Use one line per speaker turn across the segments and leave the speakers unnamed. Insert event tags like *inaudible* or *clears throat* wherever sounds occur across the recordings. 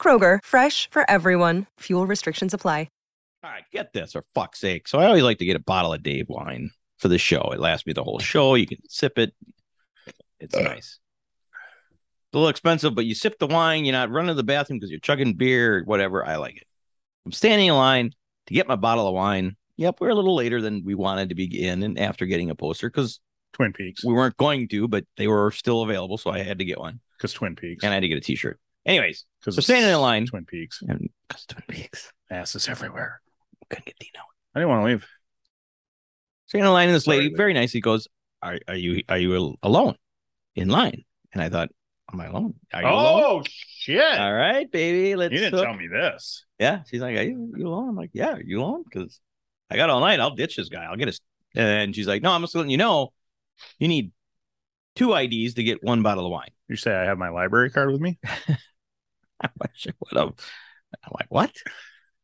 Kroger, fresh for everyone. Fuel restrictions apply.
All right, get this for fuck's sake. So I always like to get a bottle of Dave wine for the show. It lasts me the whole show. You can sip it. It's nice. It's a little expensive, but you sip the wine. You're not running to the bathroom because you're chugging beer, whatever. I like it. I'm standing in line to get my bottle of wine. Yep, we're a little later than we wanted to be in and after getting a poster because
Twin Peaks.
we weren't going to, but they were still available. So I had to get one
Because Twin Peaks.
and I had to get a t shirt. Anyways,
Because
so standing in line-
Twin Peaks.
and because Twin Peaks,
Asses everywhere.
couldn't get Dino.
I didn't want to leave.
standing in line and this
Sorry,
lady
Lou.
very nicely goes are, are you are you al- alone in line and i thought am i alone are you alone
Oh shit!
all right baby let's
you didn't
hook."
tell me this.
yeah she's like are you, you alone i'm like yeah are you alone because i got all night i'll ditch this guy i'll get his and she's like no i'm just letting you know you need two ids to get one bottle of wine *laughs*
You say I have my library card with me?
I'm like, "Shit, what up? I'm like, what?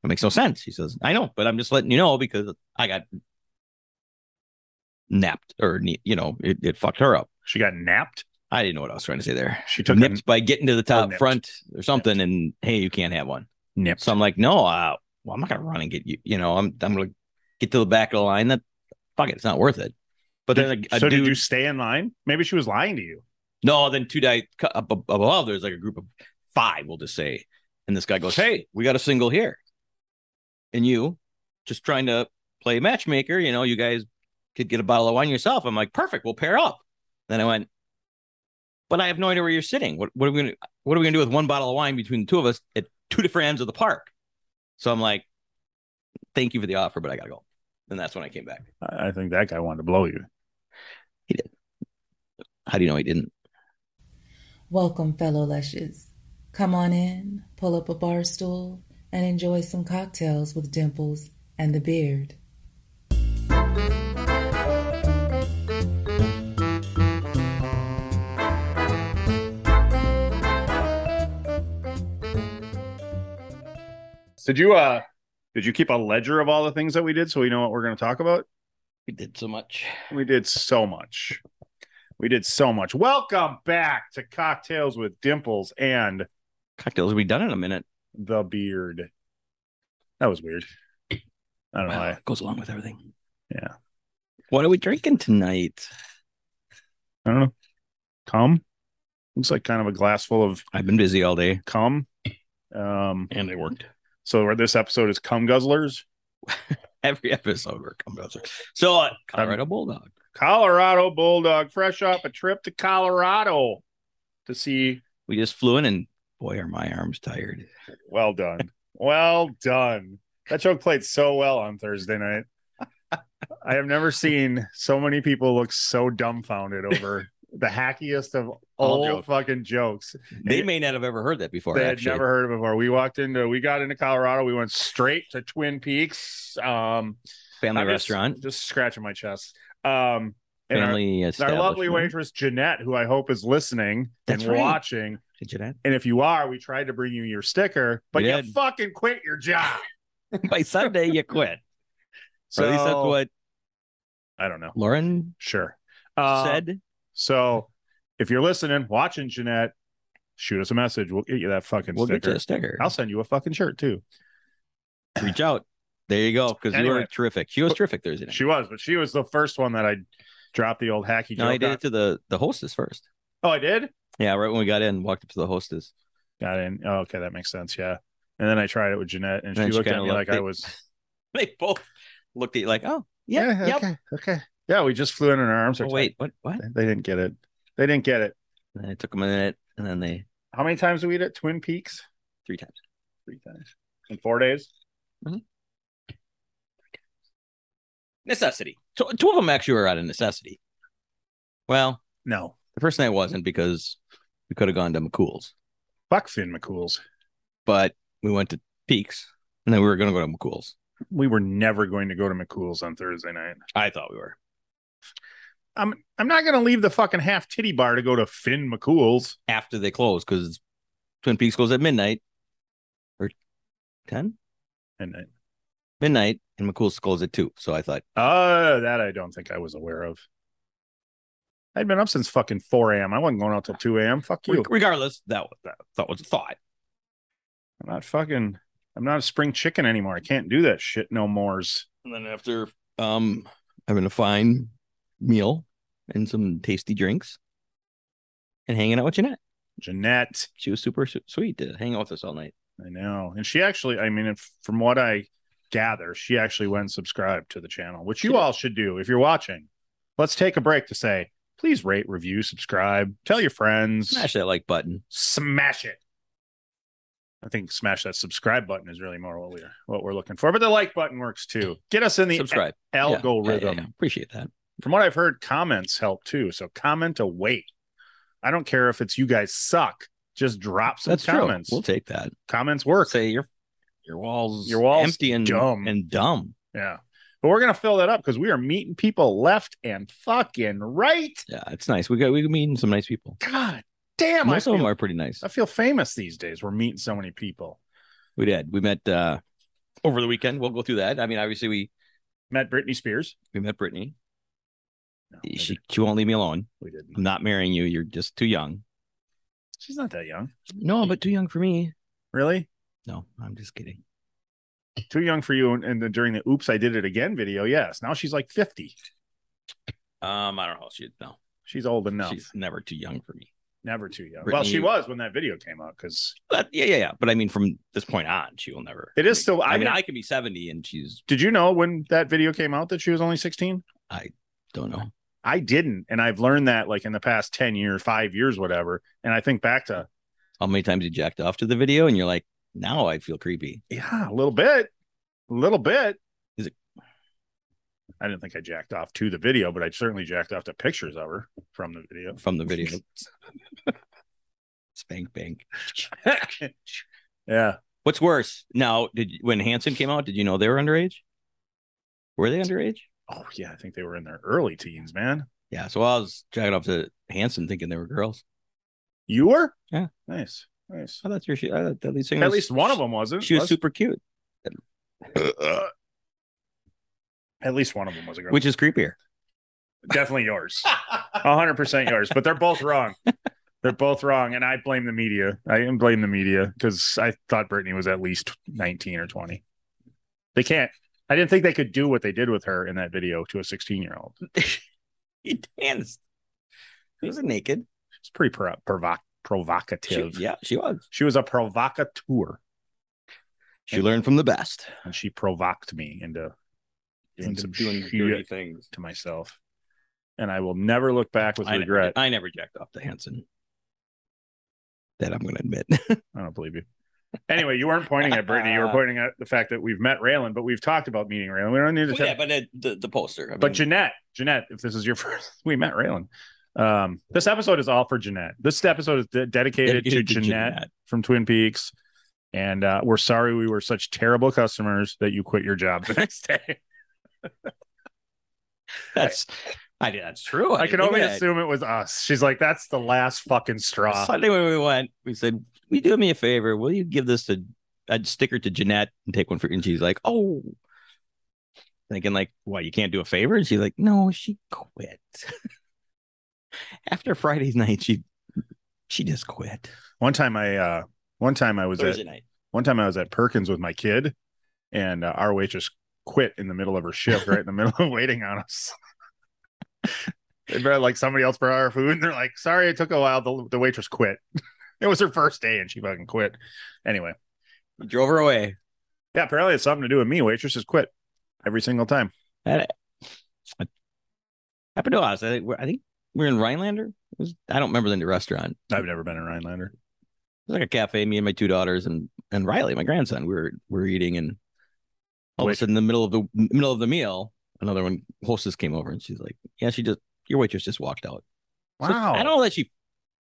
It makes no sense. He says, I know, but I'm just letting you know because I got napped or, ne- you know, it, it fucked her up.
She got napped.
I didn't know what I was trying to say there.
She took
nipped
a
by getting to the top
nipped.
front or something, and hey, you can't have one.
nip.
So I'm like, no, uh, well, I'm not gonna run and get you. You know, I'm I'm gonna get to the back of the line. That fuck it, it's not worth it. But then a, a
so
dude,
did you stay in line? Maybe she was lying to you.
no, then two guys cu- up ab- above. There's like a group of five, we'll just say, and this guy goes, hey, we got a single here, and you just trying to play matchmaker. You know, you guys could get a bottle of wine yourself. I'm like, perfect, we'll pair up. Then I went, but I have no idea where you're sitting. What, what are we gonna what are we gonna do with one bottle of wine between the two of us at two different ends of the park? So I'm like, thank you for the offer, but I gotta go. And that's when I came back.
I I think that guy wanted to blow you.
How do you know he didn't?
Welcome, fellow Lushes. Come on in, pull up a bar stool, and enjoy some cocktails with Dimples and the Beard.
Did you uh did you keep a ledger of all the things that we did so we know what we're gonna talk about?
We did so much.
We did so much. We did so much. Welcome back to Cocktails with Dimples and
Cocktails will be done in a minute.
the Beard. That was weird. I don't know.
Well,
why.
it goes along with everything.
Yeah.
What are we drinking tonight?
I don't know. Cum? Looks like kind of a glass full of
I've been busy all day,
cum. Um,
and it worked.
so this episode is cum guzzlers.
Every *laughs* episode we're coming out. So uh, Colorado Bulldog.
Colorado Bulldog, fresh off a trip to Colorado to see.
We just flew in, and boy, are my arms tired.
Well done. well done. That joke played so well on Thursday night. I have never seen so many people look so
*laughs*
dumbfounded over the hackiest of
All
all
jokes.
fucking jokes.
They may not have ever heard that before.
they had
actually.
never heard of it before. We walked into, we got into Colorado. We went straight to Twin Peaks. Um,
family
I'm just-
restaurant,
Just, scratching my chest. Um, and our-
family.
our,
establishment.
lovely waitress Jeanette, who I hope is listening
That's
and
right.
watching.
Did you that?
And if you are, we tried to bring you your sticker, but
We
you
did.
fucking quit your job.
*laughs* By Sunday, you *laughs* quit. *laughs*
So
or at least that's what
I don't know.
Lauren
Sure. Uh,
said.
So if you're listening, watching Jeanette, shoot us a message. We'll get you that fucking
We'll get
sticker.
to a sticker.
I'll send you a fucking shirt too.
Reach out. There you go. Because you were
Anyway.
terrific. She was terrific Thursday night.
She was, but she was the first one that I dropped the old hacky joke.
no, I did
on.
it to the the hostess first.
Oh, I did.
Yeah, right when we got in, walked up to the hostess.
Got in. Oh, okay, that makes sense. Yeah. And then I tried it with Jeanette, and,
And then
she
she
looked at
kinda
me
looked
like I
at-
*laughs* was.
*laughs* They both looked at you like, oh, yeah, yeah. Yep.
Okay. Okay. Yeah, we just flew in and our arms.
Oh,
are
wait, what? What?
tied. They didn't get it. They didn't get it.
And it took them a minute, and then they
How many times do we eat at Twin Peaks?
three times.
Three times. In four days?
Necessity. Tw- Two of them actually were out of necessity. Well,
No.
the first night wasn't because we could have gone to McCool's,
Fuck Finn McCool's.
but we went to Peaks, and then we were going to go to McCool's.
We were never going to go to McCool's on Thursday night.
I thought we were
I'm I'm not gonna leave the fucking half titty bar to go to Finn McCool's.
after they close because Twin Peaks goes at midnight or ten
And I-
midnight, and McCool's closes at two. So I thought
uh that I don't think I was aware of. I'd been up since fucking 4 a.m. I wasn't going out till 2 a.m. Fuck you.
Reg- Regardless, that was that thought was a thought.
I'm not fucking I'm not a spring chicken anymore. I can't do that shit no mores.
And then after um having a fine meal and some tasty drinks and hanging out with Jeanette.
Jeanette.
She was super su- sweet to hang out with us all night.
I know. And she actually, I mean, if, from what I gather, she actually went and subscribed to the channel, which you
She did.
all should do if you're watching. Let's take a break to say, please rate, review, subscribe, tell your friends,
Smash that like button.
smash it. I think smash that subscribe button is really more what we're what we're looking for, but the like button works too. Get us in the
Subscribe. Yeah, yeah,
algorithm.
yeah, yeah. Appreciate that.
From what I've heard, comments help too. So comment away. I don't care if it's you guys suck. Just drop some
That's
comments.
true. We'll take that.
Comments work.
Say your your walls
Your walls
empty and
dumb.
and dumb.
Yeah. But we're gonna fill that up because we are meeting people left and fucking right.
Yeah, it's nice. We got we meeting some nice people.
God damn, I
Most of them
feel,
are pretty nice.
I feel famous these days. We're meeting so many people.
We did. We met uh over the weekend. We'll go through that. I mean, obviously we
Met Britney Spears.
we met Brittany.
No, we
She
didn't-
she won't leave me alone.
we didn't.
I'm not marrying you. You're just too young.
She's not that young,
No, but too young for me.
really.
No, I'm just kidding.
Too young for you. And, and then during the "Oops, I Did It Again" video, yes. Now she's like fifty.
Um, I don't know. She no,
She's old enough.
she's never too young for me.
Never too young.
Britney-
well, she was when that video came out because
But yeah, yeah, yeah. But I mean, from this point on, she will never.
It is still-
I,
I
mean,
mean-
I could be seventy, and she's
did you know when that video came out that she was only sixteen?
don't know.
I didn't, and I've learned that like in the past ten years, five years, whatever. And I think back to
How many times you jacked off to the video, and you're like, now I feel creepy.
Yeah, a little bit. A little bit.
Is it-
I didn't think I jacked off to the video, but I certainly jacked off to pictures of her from the
*laughs*
video. *laughs*
from the video. Spank bank.
yeah.
What's worse? Now, did when Hanson came out, did you know they were underage? Were they underage?
Oh yeah, I think they were in their early teens, man.
Yeah. So I was jacking off to Hanson thinking they were girls.
You were?
Yeah.
Nice. Nice.
I thought your she, I thought that lead singer.
At
was-
least one of them wasn't.
She was
was- Uh,
super cute,
At least one of them was a girl.
which is creepier. *laughs*
definitely yours. hundred percent yours. But they're both wrong. They're both wrong, and I blame the media. I blame the media because I thought Britney was at least nineteen or twenty. They can't. I didn't think they could do what they did with her in that video to a sixteen-year-old.
He danced. She was naked.
It's pretty pro- provo- provocative.
She, yeah, she was.
She was a provocateur,
She learned from the best.
and she provoked me into doing
Into
some
doing
shit
dirty things.
to myself, and I will never look back with
I never-
regret.
I never jacked off to Hanson. That I'm going to *laughs* admit.
I don't believe you. Anyway, you weren't pointing at Brittany. You
Uh,
were pointing at the fact that we've met Raylan, but we've talked about meeting Raylan. We don't need to.
Well,
tell-
yeah, but it, the, the poster. I
but
mean,
Jeanette, Jeanette, if this is your *laughs* first, we met Raylan. Um, this episode is all for Jeanette. This episode is de- dedicated, to, Jeanette, from Twin Peaks, and uh, we're sorry we were such terrible customers that you quit your job *laughs* the next day.
*laughs* That's I did. That's true.
I can only
think that-
assume it was us. She's like, that's the last fucking straw.
Sunday when we went, we said, "Will you do me a favor? Will you give this to a sticker to Jeanette and take one for?" And she's like, "Oh." Thinking like, "What? You can't do a favor?" And she's like, "No, she quit." *laughs* After Friday's night, she she just quit.
One time, I uh, one time I was at
Thursday night.
one time I was at Perkins with my kid, and uh, our waitress quit in the middle of her shift, right in the middle of waiting on us. *laughs* they brought like somebody else brought our food, and they're like, "Sorry, it took a while." The, the waitress quit. *laughs* it was her first day, and she fucking quit. Anyway,
We drove her away.
yeah, apparently it's something to do with me. Waitresses quit every single time.
That happened to us. I think we're, I think we're in Rhinelander. It was, I don't remember the restaurant.
I've never been in Rhinelander.
It was like a cafe. Me and my two daughters and and Riley, my grandson, we were we were eating, and all of a
Wait.
sudden, in the middle of the middle of the meal, another one hostess came over, and she's like, "Yeah, she just your waitress just walked out." So
Wow,
I don't know that she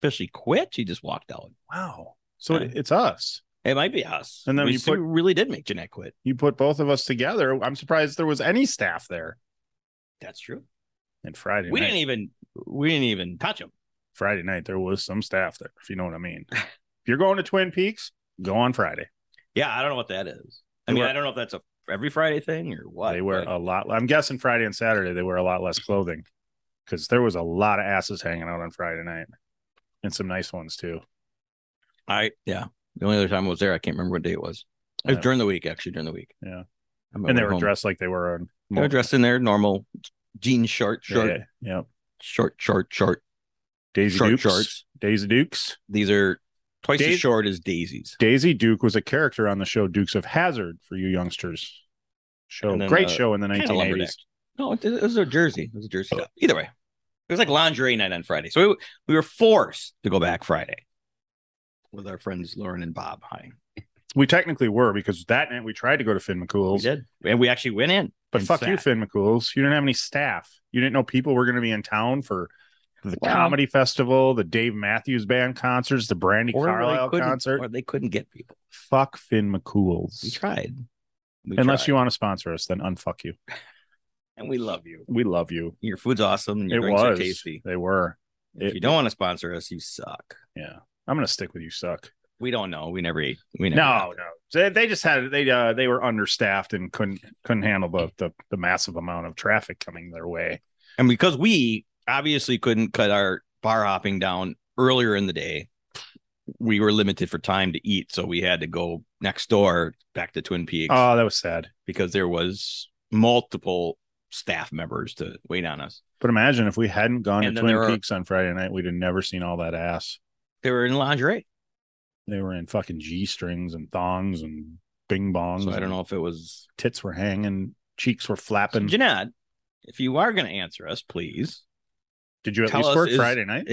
officially quit. She just walked out.
wow. So
Yeah.
it- it's us.
It might be us.
And then
we
you
still
put-
really did make Jeanette quit.
You put both of us together. I'm surprised there was any staff there.
That's true.
And Friday
We
night,
didn't even we didn't even touch him.
Friday night, there was some staff there, if you know what I mean. if you're going to Twin Peaks, go on Friday.
Yeah, I don't know what that is. I
They
mean,
were-
I don't know if that's a every Friday thing or what.
They wear
but-
a lot. I'm guessing Friday and Saturday they wear a lot less clothing because there was a lot of asses hanging out on Friday night, and some nice ones too.
I yeah. The only other time I was there, I can't remember what day it was. It was
Yeah.
during the week, actually, during the week.
Yeah.
I'm on my
and they were
home.
dressed like they were on.
They were dressed in their normal jean short, short,
Yeah, yeah.
short, short, short,
Daisy
short
Dukes.
shorts.
Daisy Dukes.
These are twice
Dais-
as short as daisies.
Daisy Duke was a character on the show Dukes of Hazard for you youngsters. Show
And then,
great
uh,
show in the
kinda
1980s.
No, it, it was a jersey. It was a jersey. top. Either way, it was like lingerie night on Friday, so we, we were forced to go back Friday with our friends Lauren and Bob. Hi,
We technically were because that night we tried to go to Finn
we
McCool's,
did, and we actually went in.
but
and
fuck
sat.
you, Finn McCool's. You didn't have any staff. You didn't know people were going to be in town for the
Well-
comedy festival, the Dave Matthews Band concerts, the Brandy
Or they
Carlisle
couldn't-
concert.
or they couldn't get people.
Fuck Finn
We
McCool's.
tried, We
Unless
tried.
you want to sponsor us, then unfuck you.
and we love you.
We love you.
Your food's awesome. And
It
your drinks
was.
are tasty.
They were.
If
It-
you don't want to sponsor us, you suck.
Yeah. I'm gonna stick with you. Suck.
We don't know. We never ate. We never
No, no. They, they just had they uh, they were understaffed and couldn't couldn't handle the, the the massive amount of traffic coming their way.
And because we obviously couldn't cut our bar hopping down earlier in the day, we were limited for time to eat. So we had to go next door back to Twin Peaks
Oh, that was sad.
because there was multiple staff members to wait on us.
But imagine if we hadn't gone
And
to
then there
Twin
are-
Peaks on Friday night, we'd have never seen all that ass.
They were in lingerie.
They were in fucking g strings and thongs and bing bongs.
So I don't
and
know if it was
Tits were hanging, cheeks were flapping.
Jeanette. If you are going to answer us, please.
Did you at
tell
least
us
work
is-
Friday night?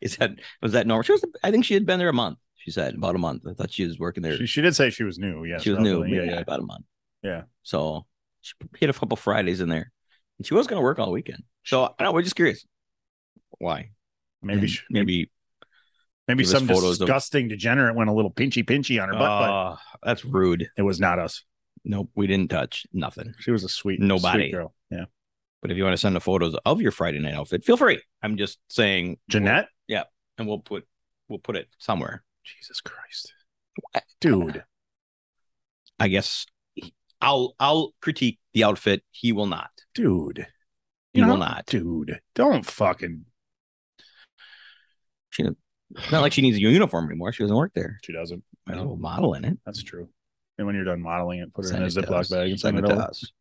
Is that was that normal? She was. I think she had been there a month. She said about a month. I thought she was working there.
She, she did say she was new. Yeah,
she was
probably.
new.
Yeah, yeah.
about a month.
Yeah.
So she hit a couple Fridays in there, and she was going to work all weekend. So I don't. know, We're just curious. Why?
Maybe
And
she, maybe
Maybe.
maybe
Mm. give us
some
photos of-
disgusting degenerate went a little pinchy pinchy on her butt. but
Uh, that's rude.
It was not us.
Nope. We didn't touch nothing.
She was a sweet,
Nobody.
sweet girl. Yeah,
But if you want to send the photos of your Friday night outfit, feel free. I'm just saying,
Jeanette.
and we'll put we'll put it somewhere.
Jesus Christ,
What?
dude.
I guess I'll I'll critique the outfit. He will not.
Dude,
He
You know-
will not.
dude, don't fucking.
It's not like she needs a uniform anymore. She doesn't work there.
She doesn't.
Might as well model in it.
That's true. And when you're done modeling it, put it
Send
in a
it to
Ziploc
us.
bag and
Send
send it
it to
over.
us.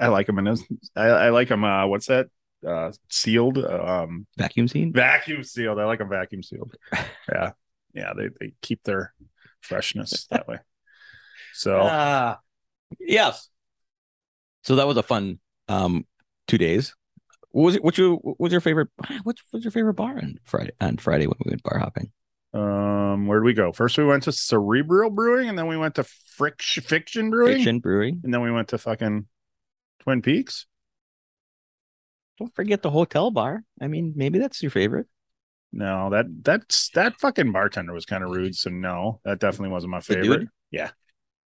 I like them in his. I, I like them. Uh, what's that? Uh, sealed. Um,
Vacuum scene.
vacuum sealed. I like them vacuum sealed.
*laughs*
yeah, yeah. They they keep their freshness that way. So
Ah, yes. So that was a fun um two days. What was it? What you? What was your favorite? What was your favorite bar on Friday? On Friday when we went bar hopping,
Um, where'd we go? First, we went to Cerebral Brewing, and then we went to Friction Fiction Brewing,
Fiction Brewing.
and then we went to fucking Twin Peaks.
Don't forget the hotel bar. I mean, maybe that's your favorite.
No, that that's that fucking bartender was kind of rude. So no, that definitely wasn't my
The dude?
favorite. Yeah,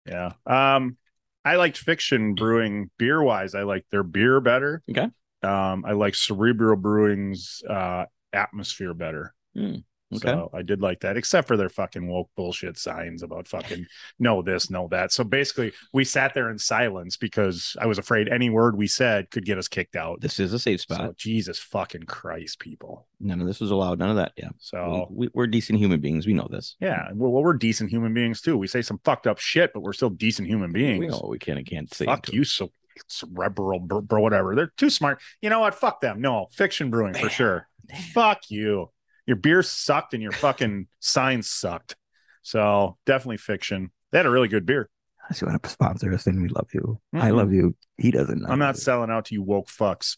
yeah. Um, I liked Fiction Brewing beer wise. I liked their beer better.
Okay.
Um, I like Cerebral Brewing's uh atmosphere better.
Okay.
So I did like that, except for their fucking woke bullshit signs about fucking no this, no that. So basically, we sat there in silence because I was afraid any word we said could get us kicked out.
this is a safe spot.
So Jesus fucking Christ, people.
None of this was allowed. None of that. Yeah.
So
We, we, we're decent human beings. We know this.
yeah, well, well, we're decent human beings too. We say some fucked up shit, but we're still decent human beings.
We know what we can and can't say.
Fuck
to-
you, so cerebral bro, bro, whatever. They're too smart. You know what? Fuck them. No, fiction brewing for
Damn. *laughs*
sure.
Damn.
Fuck you. Your beer sucked and your fucking signs sucked. So definitely fiction. They had a really good beer.
Unless you want to sponsor us, then we love you. I
Mm-mm.
love you. He doesn't. know
I'm not
you.
selling out to you woke fucks.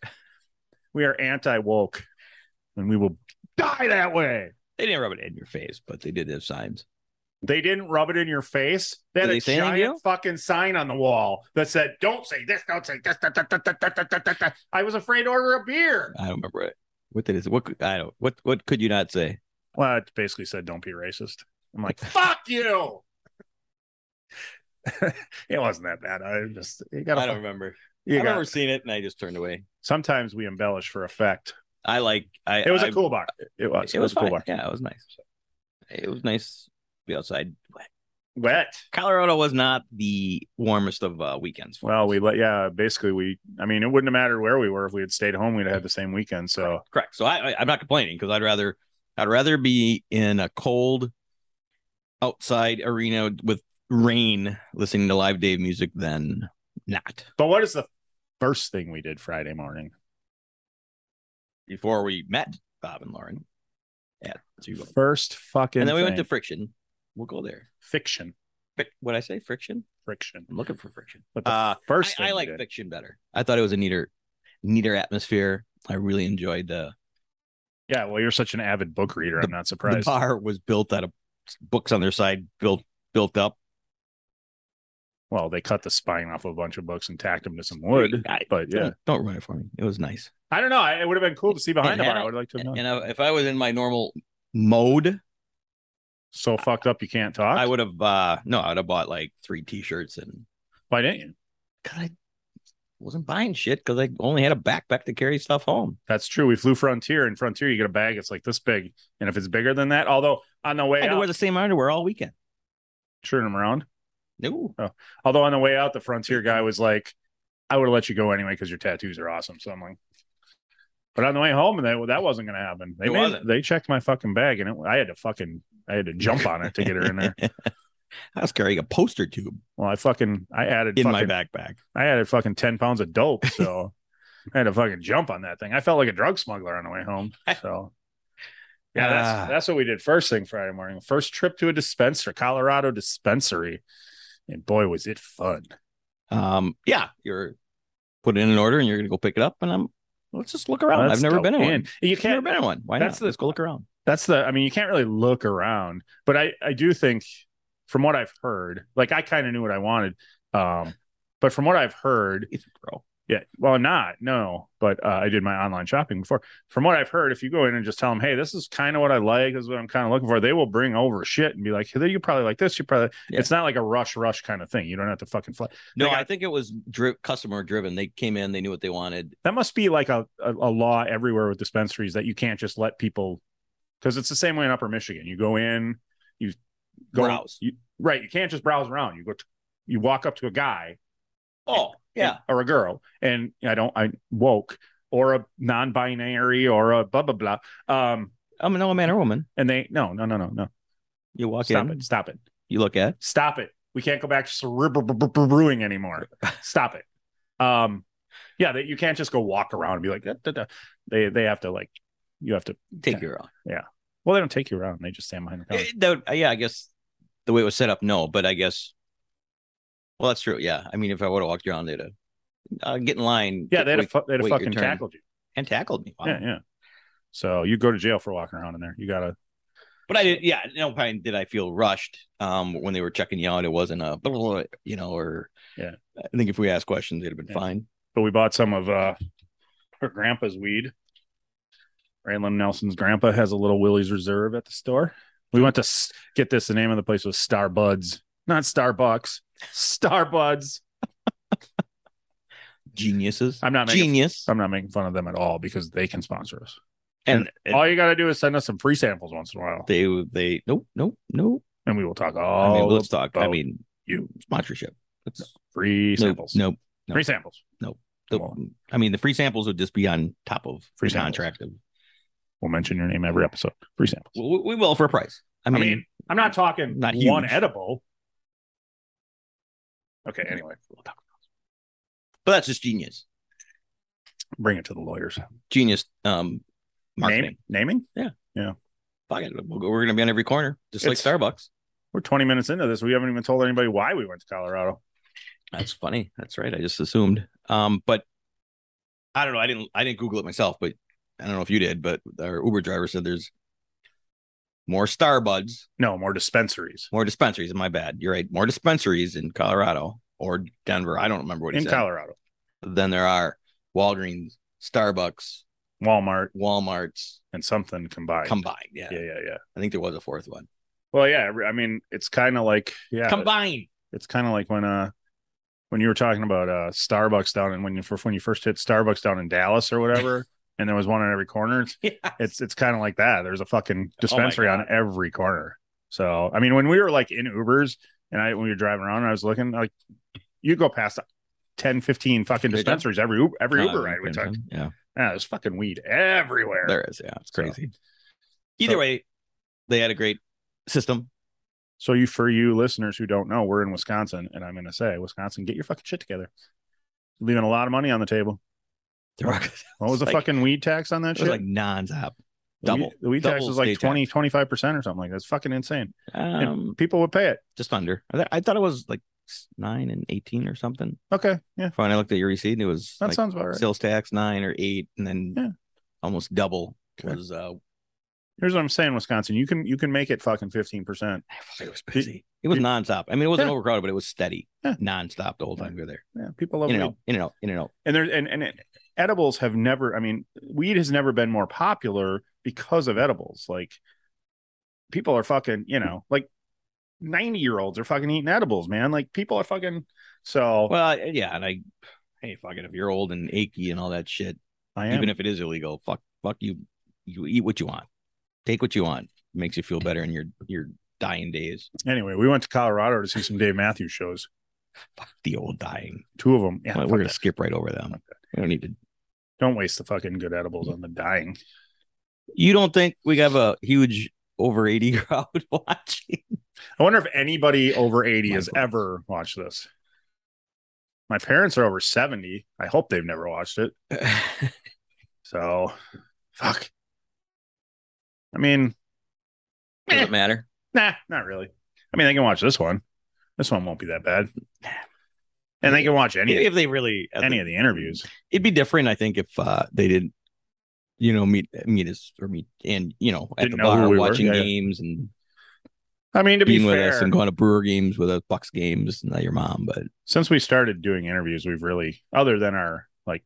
We are anti woke, and we will die that way.
They didn't rub it in your face, but they did have signs.
They didn't rub it in your face. They had
Did
a
they say anything to
giant
you?
fucking sign on the wall that said, "Don't say this. Don't say this." da, da, da, da, da, da, da, da." I was afraid to order a beer.
I don't remember it. What did it? What could- I don't. What what could you not say?
Well, it basically said, "Don't be racist." I'm like, *laughs* fuck you. *laughs* it wasn't that bad. I just you
I don't
gotta
remember.
you
I've
got
never seen it, and I just turned away.
sometimes we embellish for effect.
I like. I
It was
a
a cool bar. It was.
It, was,
a cool
fine.
bar.
Yeah, it was nice. It was nice to be outside.
Wet.
Colorado was not the warmest of uh, weekends. for
Well,
us.
we let yeah, basically we I mean it wouldn't have mattered where we were if we had stayed home, we'd have had the same weekend. So
correct. So I, I I'm not complaining because I'd rather I'd rather be in a cold outside arena with rain listening to live Dave music than not.
but what is the first thing we did Friday morning?
Before we met Bob and Lauren at Zero.
First fucking
and then we went to
thing.
Friction. We'll go there.
fiction.
What I say? Friction.
Friction.
I'm looking for Friction.
But the
Uh, I,
first
I
thing we
like
did-
Fiction better. I thought it was a neater, neater atmosphere. I really enjoyed the
Yeah, well you're such an avid book reader, I'm not
The
surprised.
bar was built out of books on their side, built built up.
Well, they cut the spine off of a bunch of books and tacked them to some wood.
I-
But yeah.
Don't, don't ruin it for me. It was nice.
I don't know. I, it would have been cool to see behind
And
the
had
bar. I
I-
would like to have known.
And I, if I was in my normal mode,
so fucked up you can't talk.
I would have uh no, I would have bought like three t-shirts and
Why didn't you?
God, I wasn't buying shit because I only had a backpack to carry stuff home.
That's true. We flew Frontier, and Frontier, you get a bag. It's like this big, and if it's bigger than that, although on the
I
way
had to
out,
wear the same underwear all weekend.
turn them around.
No,
Although on the way out, the Frontier guy was like, "I would have let you go anyway because your tattoos are awesome." So I'm like, but on the way home, that that wasn't going to happen. They
It
made-
wasn't.
they checked my fucking bag, and it, I had to fucking I had to jump on it to get her
*laughs*
in there.
I was carrying a poster tube
Well, I fucking I added
in my
fucking,
backpack.
I added fucking ten pounds of dope, so I had to fucking jump on that thing. I felt like a drug smuggler on the
*laughs*
way home. So yeah, that's
Ah.
that's what we did first thing Friday morning. First trip to a dispenser, Colorado dispensary, and boy was it fun.
Um, yeah, you're put in an order and you're gonna go pick it up, and I'm. Let's just look around.
Let's
I've never
go
been in one.
in. You
I've never
can't.
been in one. Why
that's
not?
the-
Let's go look around.
That's the. I mean, you can't really look around, but I I do think from what I've heard, like I kind of knew what I wanted, um, but from what I've heard,
It's bro.
Yeah. Well, I'm not. No, but uh, I did my online shopping before. From what I've heard, if you go in and just tell them, hey, this is kind of what I like, this is what I'm kind of looking for, they will bring over shit and be like, hey, you probably like this. You probably,
Yeah.
it's not like a rush, rush kind of thing. You don't have to fucking fly.
No,
They got-
I think it was dri- customer driven. They came in, they knew what they wanted.
That must be like a, a, a law everywhere with dispensaries that you can't just let people, because it's the same way in Upper Michigan. You go in, you go
Browse.
You, right. You can't just browse around. You go, t- you walk up to a guy
Oh, yeah.
or a girl and i don't i woke or a non-binary or a blah blah blah um
I'm an old man or woman.
and they no no no no no
You walk
stop
in,
it stop it
you look at.
stop it we can't go back to cerebral b- b- b- brewing anymore stop it um yeah that you can't just go walk around and be like da, da, da. they they have to like you have to
Take
Yeah. Oh.
your own.
well they don't take you around they just stand behind the counter
Eh, that would- yeah, I guess the way it was set up, no, but I guess. Well, that's true. Yeah, I mean, if I would have walked around, they'd have uh, get in line.
yeah
get-
they'd have,
wait-
fu- they'd have
wait your
fucking
turn.
tackled you
and tackled me. Wow.
yeah yeah so you go to jail for walking around in there you gotta
But I did. Yeah, no time did I feel rushed. Um, when they were checking you out, it wasn't a blah, blah, blah, you know, or
Yeah.
I think if we asked questions, it'd have been
Yeah.
fine.
but we bought some of uh her grandpa's weed. Raylan Nelson's grandpa has a little Willie's Reserve at the store. We went to s- get this. The name of the place was Starbuds, not Starbucks. Starbuds.
Geniuses.
I'm not making-
genius.
I'm not making fun of them at all because they can sponsor us.
and
all you got to do is send us some free samples once in a while,
they they nope nope nope.
and we will talk
I
all
mean, let's talk. I
about
mean,
you.
sponsorship. That's
free
nope,
samples.
Nope. no.
free samples.
The-
Well-
I mean, the free samples would just be on top of free
Free samples.
contract. Of,
We'll mention your name every episode. Free samples.
we, we will for a price. I
I
mean,
mean, I'm not talking
Not
one
huge.
edible. Okay. Anyway, we'll talk.
but that's just genius.
Bring it to the lawyers.
Genius. Um, marketing.
Name, naming?
Fuck it. We'll go- We're gonna be on every corner, just like
It's-
Starbucks.
We're 20 minutes into this. We haven't even told anybody why we went to Colorado.
That's funny. That's right. I just assumed. Um, but I don't know. I didn't. I didn't Google it myself, but I don't know if you did. But our Uber driver said there's more Starbuds,
No, more dispensaries
more dispensaries. My bad. You're right. More dispensaries in Colorado or Denver. I don't remember what he
in
said.
Colorado.
Than there are Walgreens, Starbucks,
Walmart
Walmart's
and something combined.
combined. Yeah.
yeah, yeah, yeah.
I think there was a fourth one.
Well, yeah. I mean, it's kind of like yeah,
Combined. *laughs*
it's kind of like when uh when you were talking about uh Starbucks down and when you when you first hit Starbucks down in Dallas
*laughs*
or whatever, and there was one on every corner. It's
Yeah.
it's, it's kind of like that. There's a fucking dispensary on
Oh God.
every corner. So I mean, when we were like in Ubers and I when we were driving around, I was looking like you go past 10, 15
Big
fucking
time.
dispensaries every Uber, every
Uh,
Uber ride we took.
Yeah,
Yeah, there's fucking weed everywhere.
there is. Yeah, it's
So-
crazy. Either
so-
way, they had a great system.
So you for you listeners who don't know, we're in Wisconsin, and I'm gonna say, Wisconsin, get your fucking shit together. Leaving a lot of money on the table.
There were- it
What was
It's
the
like-
fucking weed tax on that
was
shit?
like nonstop.
The weed-
double-
The weed tax
double
was
state
like
tax.
20, 25% or something like that. It's fucking insane.
Um,
People would pay it.
just under. I, th- I thought it was like s- nine and eighteen or something.
Okay. Yeah.
When I looked at your receipt, and it was
That
like
sounds about right.
sales tax nine or eight, and then
Yeah.
almost double
Okay.
was. uh
Here's what I'm saying, Wisconsin. You can you can make it fucking 15%.
It was busy. It was nonstop. I mean, it wasn't
Yeah.
overcrowded, but it was steady,
Yeah.
nonstop the whole time we were there.
Yeah, people love
In
weed.
and out, in and out, in and out.
And there and, and it- edibles have never I mean, weed has never been more popular because of edibles. Like people are fucking, you know, like 90 year olds are fucking eating edibles, man. Like people are fucking so
Well, I- yeah, and I, hey, fucking, if you're old and achy and all that shit,
I am
even if it is illegal, fuck, fuck you, you eat what you want, take what you want, makes you feel better in your your dying days,
anyway, we went to Colorado to see some Dave Matthews shows.
fuck the old dying.
Two of them. Yeah,
Well,
fuck
we're gonna
that.
skip right over them. We don't need to.
don't waste the fucking good edibles on the dying.
You don't think we have a huge over eighty *laughs* crowd
*laughs*
watching?
I wonder if anybody over 80 has
Michael.
ever watched this. My parents are over 70. I hope they've never watched it. So, fuck. I mean,
Doesn't matter.
nah, not really. I mean, they can watch this one. This one won't be that bad. And they can watch any
if they really uh,
any of the interviews.
it'd be different, I think, if uh, they did, you know, meet meet us or meet and you know at
Didn't
the
know who
bar
we were,
watching
yeah, yeah.
games and
I mean, to be
being with us
fair,
and going to Brewer games with us, Bucks games, not your mom, but
since we started doing interviews, we've really, other than our like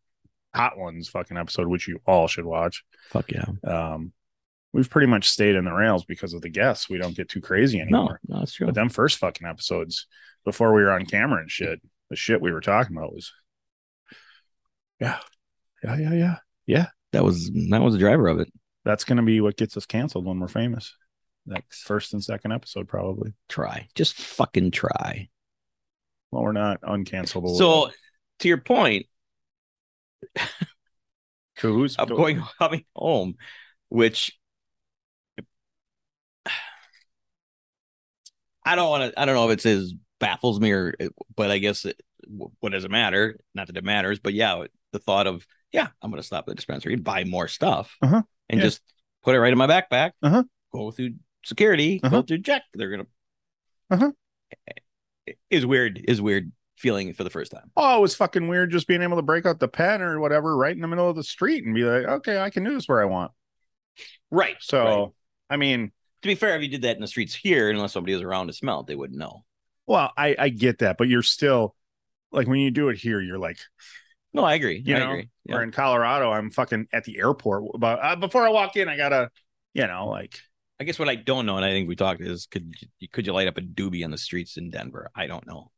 hot ones fucking episode, which you all should watch,
fuck yeah,
um, we've pretty much stayed in the rails because of the guests. We don't get too crazy
no,
anymore.
no, that's true.
But them first fucking episodes before we were on camera and shit, the shit we were talking about was, yeah, yeah, yeah, yeah.
That was that was the driver of it.
That's gonna be what gets us canceled when we're famous. That first and second episode probably.
Try, just fucking try.
Well, we're not uncancelable.
So, to your point, *laughs*
who's
of going coming home, which *sighs* I don't want to. I don't know if it's as baffles me or, but I guess it, what does it matter? Not that it matters, but yeah, the thought of yeah, I'm going to stop at the dispensary and buy more stuff
Uh-huh.
and
Yeah.
just put it right in my backpack.
Uh-huh.
Go through security. Go
Uh-huh.
through check. They're gonna. Eh,
Uh-huh.
Is weird. Is weird feeling for the first time.
Oh, it was fucking weird just being able to break out the pen or whatever right in the middle of the street and be like, okay, I can do this where I want.
Right.
So, I mean,
to be fair, if you did that in the streets here, unless somebody was around to smell it, they wouldn't know.
Well, I I get that, but you're still like when you do it here, you're like,
No, I agree.
You
I
know,
agree. Yeah.
or in Colorado, I'm fucking at the airport. But uh, before I walk in, I gotta, you know, like
I guess what I don't know, and I think we talked is could you could you light up a doobie on the streets in Denver? I don't know.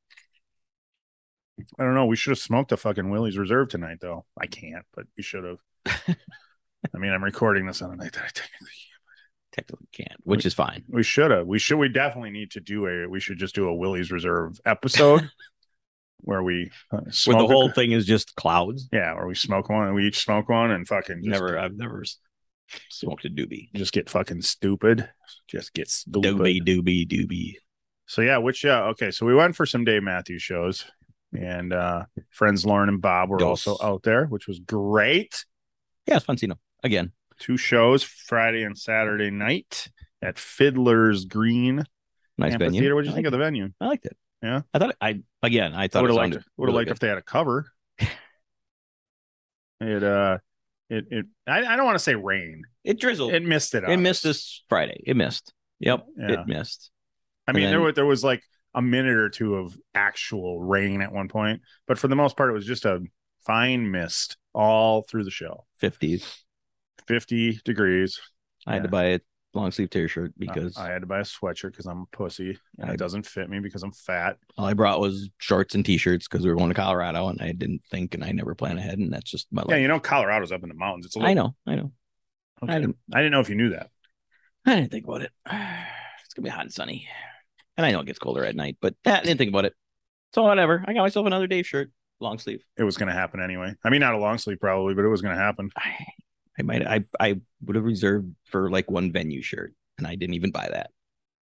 I don't know. We should have smoked a fucking Willie's Reserve tonight, though. I can't, but we should
*laughs*
have. I mean, I'm recording this on a night that I technically.
Technically can't, which is fine.
We should have. We should. We definitely need to do a. We should just do a Willie's Reserve
*laughs*
episode where we uh,
When
smoke
the
a-
whole thing is just clouds.
yeah, where we smoke one and we each smoke one and fucking just,
Never, I've never s- smoked a doobie.
just get fucking stupid. Just get stupid.
Doobie, doobie, doobie.
So yeah, which yeah, okay. So we went for some Dave Matthews shows, and uh friends Lauren and Bob were
Yes.
also out there, which was great.
Yeah, it's Funcino again.
Two shows Friday and Saturday night at Fiddler's Green
Nice
Amphitheater.
venue.
What'd you
I
think
like
of the venue?
it. I liked it.
Yeah.
I thought it- I again. I
I
thought
would
it
have liked
sounded
would have
really
liked
good.
if they had
*laughs*
a cover. it uh it it I, I don't want to say rain.
it drizzled.
It
It,
missed it.
missed
us.
this Friday. It missed. Yep,
Yeah.
it missed.
I mean,
And
there
then-
was there was like a minute or two of actual rain at one point, but for the most part, it was just a fine mist all through the show.
Fifties.
50 degrees.
I had to
Yeah.
buy a long sleeve tear shirt because
I had to buy a sweatshirt because I'm a pussy and
I-
it doesn't fit me because I'm fat.
all I brought was shorts and t-shirts because we were going to Colorado and I didn't think and I never plan ahead and that's just my
Yeah,
life.
you know Colorado's up in the mountains. It's a little,
I know, I know.
Okay.
I didn't,
I didn't know if you knew that.
I didn't think about it. *sighs* It's gonna be hot and sunny, and I know it gets colder at night, but I didn't think about it. So whatever. I got myself another Dave shirt, long sleeve. *sighs*
It was going to happen anyway. I mean, not a long sleep probably, but it was going to happen.
I, I might, I, I would have reserved for like one venue shirt, and I didn't even buy that.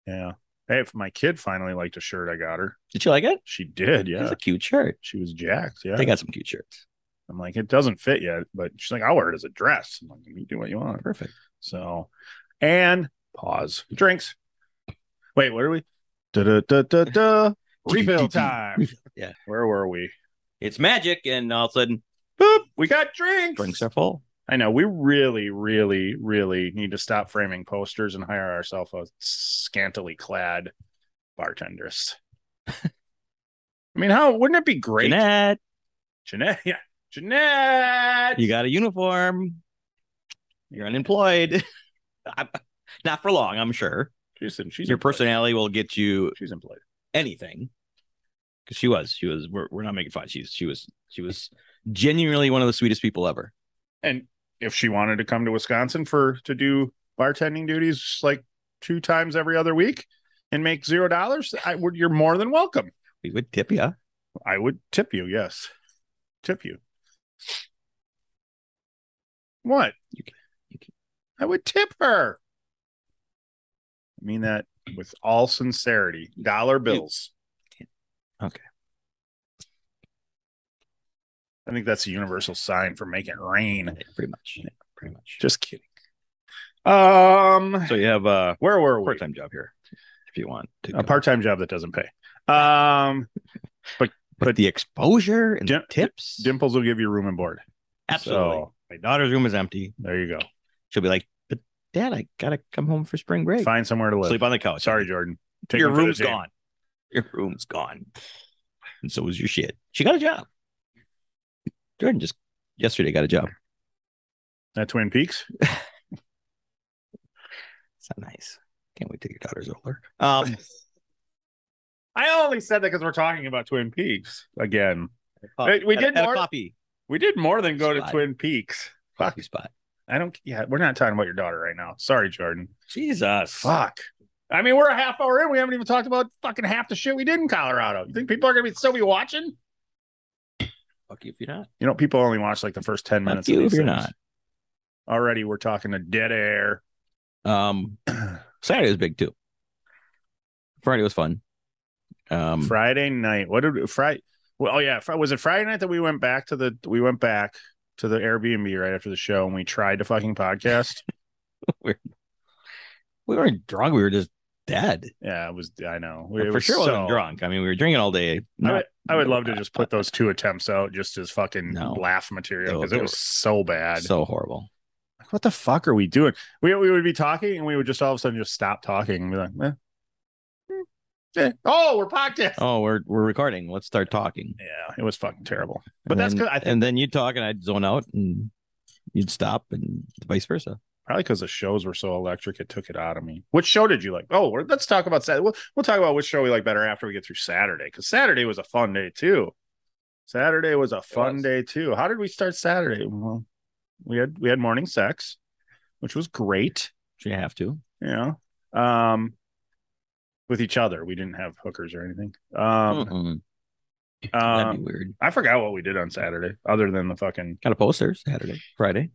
Yeah. Hey, if my kid finally liked a shirt I got her.
Did you like it?
She did.
It's
Yeah.
a cute shirt.
She was jacked. Yeah.
They got some cute shirts.
I'm like, it doesn't fit yet, but she's like, I'll wear it as a dress. I'm like, you do what you want.
Perfect.
So, and pause. Drinks. Wait, where are we? Da da da
*laughs*
da da. Refill time.
Yeah.
Where were we?
It's magic, and all of a sudden,
Boop. We got drinks.
drinks are full.
I know. We really, really, really need to stop framing posters and hire ourselves a scantily clad
*laughs*
bartendress. I mean, how wouldn't it be great?
Jeanette,
Jeanette. Yeah. Jeanette.
you got a uniform. You're unemployed. *laughs* I'm- Not for long, I'm sure.
she's in, she's
Your
employed.
personality will get you
She's employed.
anything because she was she was we're, we're not making fun she's she was she was genuinely one of the sweetest people ever
And if she wanted to come to Wisconsin for to do bartending duties like two times every other week and make zero dollars, I would you're more than welcome.
we would tip you
I would tip you, yes. Tip you. What?
You can- you can-
I would tip her. I mean that with all sincerity. Dollar bills.
Okay.
I think that's a universal sign for making it rain.
pretty much pretty much
Just kidding. Um,
so you have a
where were we?
part-time job here if you want to
A
go.
part-time job that doesn't pay. Um,
but the exposure and
Dim-
the tips
Dimples will give you room and board.
absolutely
So,
my daughter's room is empty
there you go.
she'll be like but dad i gotta come home for spring break
Find somewhere to live.
sleep on the couch
Sorry, Jordan. Take
your
him for the
room's
team.
gone your room's gone and so was your shit she got a job jordan just yesterday got a job
At Twin Peaks,
It's not nice. Can't wait till your daughter's older. Um,
I only said that because we're talking about Twin Peaks again. *laughs* Hey, we
at-
did
at
more-
a coffee,
We did more than go to
Spot.
Twin Peaks. Fuck.
coffee spot.
I don't. Yeah, we're not talking about your daughter right now. Sorry, Jordan.
Jesus,
Fuck. I mean, we're a half hour in. We haven't even talked about fucking half the shit we did in Colorado. You think people are gonna be still be watching?
fuck you if you're not.
You know, people only watch like the first ten
Fuck
minutes.
you
of these
if you're
things.
not.
Already, we're talking to dead air.
Um, *clears throat* Saturday was big too. Friday was fun. Um,
Friday night. What did Friday? Well, oh yeah, Fri- was it Friday night that we went back to the we went back to the Airbnb right after the show and we tried to fucking
*laughs*
podcast.
we weren't drunk. We were just dead.
yeah, it was. I know
I
It
for
was
sure,
so-
wasn't drunk. I mean, we were drinking all day.
I
Not-
would, I would love to just put those two attempts out just as fucking
No.
laugh material
No,
because
they
it was so bad.
so horrible.
Like, what the fuck are we doing? We we would be talking and we would just all of a sudden just stop talking and be like, eh. Hmm. Eh. oh, we're podcasting.
Oh, we're we're recording. Let's start talking.
Yeah, it was fucking terrible. But
And
that's
then-
because I think
and then you'd talk, and I'd zone out, and you'd stop, and vice versa.
Probably because the shows were so electric, it took it out of me. Which show did you like? Oh, we're- let's talk about Saturday. We'll, we'll talk about which show we like better after we get through Saturday because Saturday was a fun day too. Saturday was a fun
was.
day too. How did we start Saturday? Well, we had we had morning sex, which was great.
You have to.
You know, um, with each other, we didn't have hookers or anything.
Mm-mm.
Um, uh,
That'd be weird.
I forgot what we did on Saturday, other than the fucking.
Got a poster Saturday, Friday,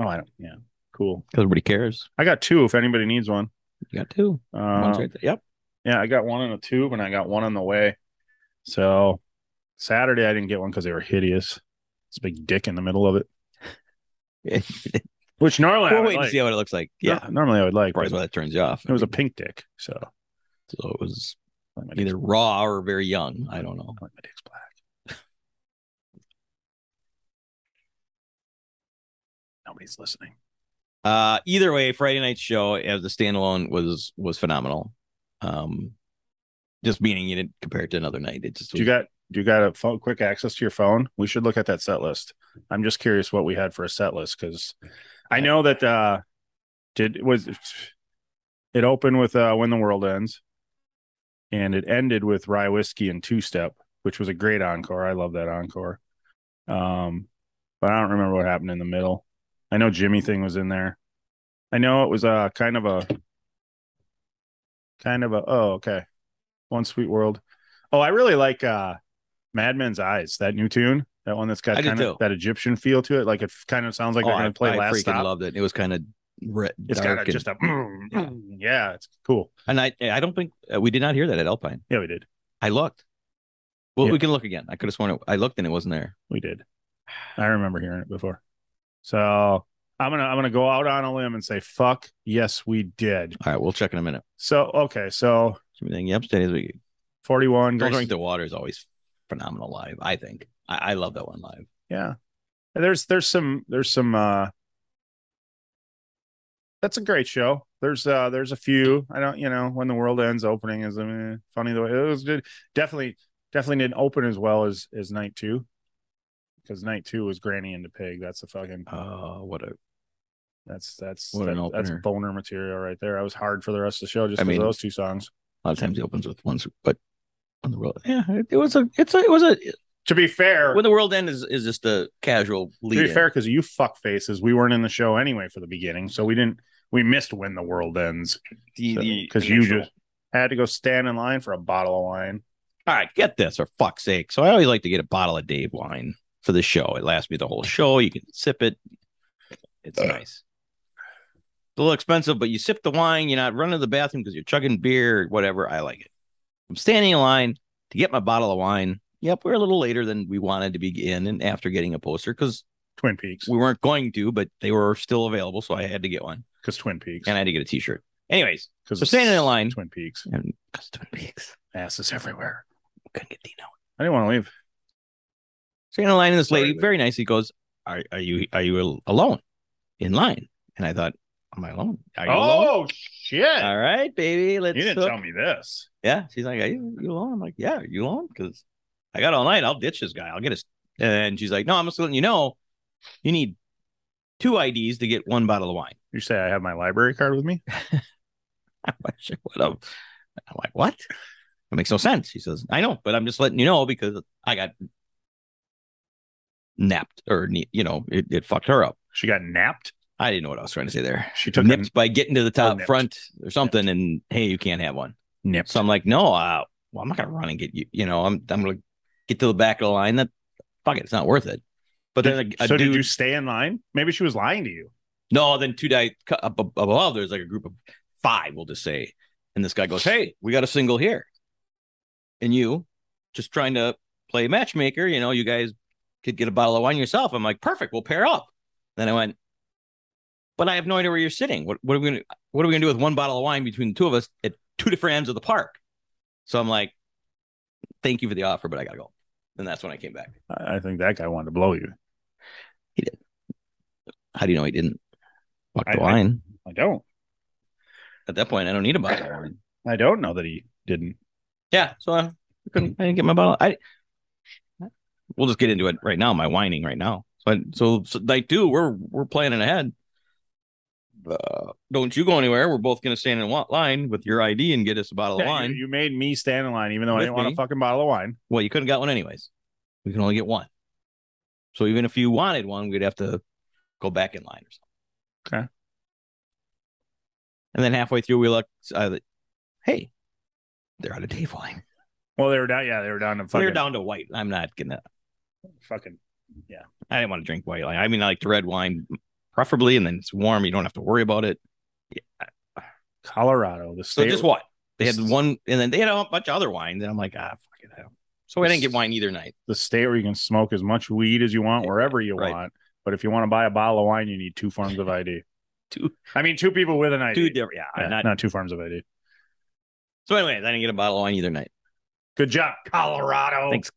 Oh, I don't. Yeah, cool.
because everybody cares.
I got two. If anybody needs one.
You got two.
Um,
One's right there. Yep. *laughs*
Yeah, I got one on a tube and I got one on the way. So Saturday I didn't get one because they were hideous. It's a big dick in the middle of it. Which normally I
we'll
would
wait and
like.
see what it looks like. Yeah.
No- normally I would like.
Probably
But
why that turns you off.
it was a pink dick, so
So it was
I like my
either
dicks-
raw or very young. I don't know.
I like my dick's black.
*laughs*
Nobody's listening.
Uh, either way, Friday night's show as a standalone was was phenomenal. Um, just meaning you didn't compare it to another night. It just
Do
was,
you got do you got a phone quick access to your phone? We should look at that set list. I'm just curious what we had for a set list because I know that uh did was It opened with uh, "When the World Ends," and it ended with "Rye Whiskey" and "Two Step," which was a great encore. I love that encore. Um, but I don't remember what happened in the middle. I know Jimmy thing was in there. I know it was uh, kind of a kind of a oh okay, one sweet world. Oh, I really like uh, Madman's Eyes. That new tune, that one that's got
I do
kind
too.
of that Egyptian feel to it. Like it kind of sounds like
oh,
they're
I,
gonna play
I
last
freaking
stop.
loved it. It was kind of re-
It's
dark
got a,
and,
just a *clears throat* mm, mm, yeah. It's cool.
and I I don't think uh, we did not hear that at Alpine.
Yeah, we did.
I looked. Well,
Yeah.
we can look again. I could have sworn it, I looked and it wasn't there.
We did. I remember hearing it before. So I'm gonna I'm gonna go out on a limb and say fuck yes we did.
All right, we'll check in a minute.
So okay, so
Everything. Yep, today's week. Don't
41. Grace-
drink the water is always phenomenal live. I think I, I love that one live.
yeah, there's there's some there's some. uh That's a great show. There's uh there's a few. I don't you know when the world ends opening is uh, funny the way it was good. Definitely definitely didn't open as well as as night two because night two was Granny and the Pig. That's the fucking
Oh, what a
That's that's
What
that,
an
that's
opener.
boner material right there. I was hard for the rest of the show just
I
for
mean-
those two songs.
lot of times he opens with ones, but on the world, yeah, it, it was a, it's a, it was a.
To be fair,
When the world end is is just a casual lead.
to be
in.
fair, because you fuck faces, we weren't in the show anyway for the beginning, so we didn't we missed when the world ends
The- the
because you
actual-
just had to go stand in line for a bottle of wine.
all right, get this for fuck's sake. So I always like to get a bottle of Dave wine for the show. It lasts me the whole show. You can sip it. It's nice. It's a little expensive, but you sip the wine. You're not running to the bathroom because you're chugging beer, or whatever. I like it. I'm standing in line to get my bottle of wine. Yep, we're a little later than we wanted to begin, and after getting a poster because
Twin Peaks
we weren't going to, but they were still available, so I had to get one,
because Twin Peaks
and I had to get a T-shirt. Anyways,
because
so standing in line-
Twin Peaks
and custom peaks.
asses everywhere.
Couldn't get Dino.
I didn't want to leave.
Standing in line, and this
Sorry,
lady
but-
very nicely goes, "Are are you are you al- alone in line?" And I thought, "Am I alone? Are you alone?
Oh shit!
All right, baby,
you
let's."
didn't
hook."
tell me this.
Yeah, she's like, "Are you, you alone?" I'm like, "Yeah, are you alone?" Because I got all night. I'll ditch this guy. I'll get his. And she's like, "No, I'm just letting you know, you need two IDs to get one bottle of wine." *laughs*
You say I have my library card with me.
I'm like, "Sure, what up? I'm like, what? That makes no sense. She says, I know, but I'm just letting you know because I got napped or, ne- you know, it, it fucked her up.
She got napped.
I didn't know what I was trying to say there.
She took a-
nipped by getting to the top
nipped.
front or something, and hey, you can't have one.
Nipped.
So I'm like, no, uh, well, I'm not gonna run and get you. You know, I'm I'm gonna get to the back of the line. That fuck it, it's not worth it. But then a, a
so
dude,
did you stay in line? Maybe she was lying to you.
no, then two guys cu- ab- ab- above. There's like a group of five, we'll just say, and this guy goes, hey, we got a single here, and you just trying to play matchmaker. You know, you guys could get a bottle of wine yourself. I'm like, perfect, we'll pair up. Then I went, but I have no idea where you're sitting. What, what are we gonna What are we gonna do with one bottle of wine between the two of us at two different ends of the park? So I'm like, thank you for the offer, but I gotta go. And that's when I came back.
I I think that guy wanted to blow you.
How do you know he didn't? Fuck
I-
the
I-
wine.
I don't.
At that point, I don't need a bottle of wine.
I don't know that he didn't.
Yeah, so I couldn't. I didn't get my bottle. I we'll just get into it right now. My whining right now. So I, so, so night two, we're we're planning ahead. Uh, don't you go anywhere. We're both gonna stand in wa- line with your ID and get us a bottle of
Yeah,
wine.
You, you made me stand in line, even though I
With
didn't want
me.
a fucking bottle of wine.
well, you couldn't got one anyways. We can only get one. So even if you wanted one, we'd have to go back in line or something.
Okay.
And then halfway through, we look. Uh, hey, they're out of Dave wine.
Well, they were down. Yeah, they were down to
we
fucking.
We're down to white. I'm not gonna.
Fucking.
I didn't want to drink white wine. I mean, I like the red wine preferably, and then it's warm. You don't have to worry about it.
Colorado, the
So
state.
just what they had one, and then they had a bunch of other wines, and I'm like, ah, fuck it. I don't- So I didn't get wine either night.
the state where you can smoke as much weed as you want
Yeah,
wherever you
right.
want. But if you want to buy a bottle of wine, you need two forms of ID.
*laughs* Two-
I mean, two people with an ID.
Two different, yeah,
Yeah,
not-
not, two forms of ID.
So, anyways, I didn't get a bottle of wine either night.
Good job, Colorado.
Thanks,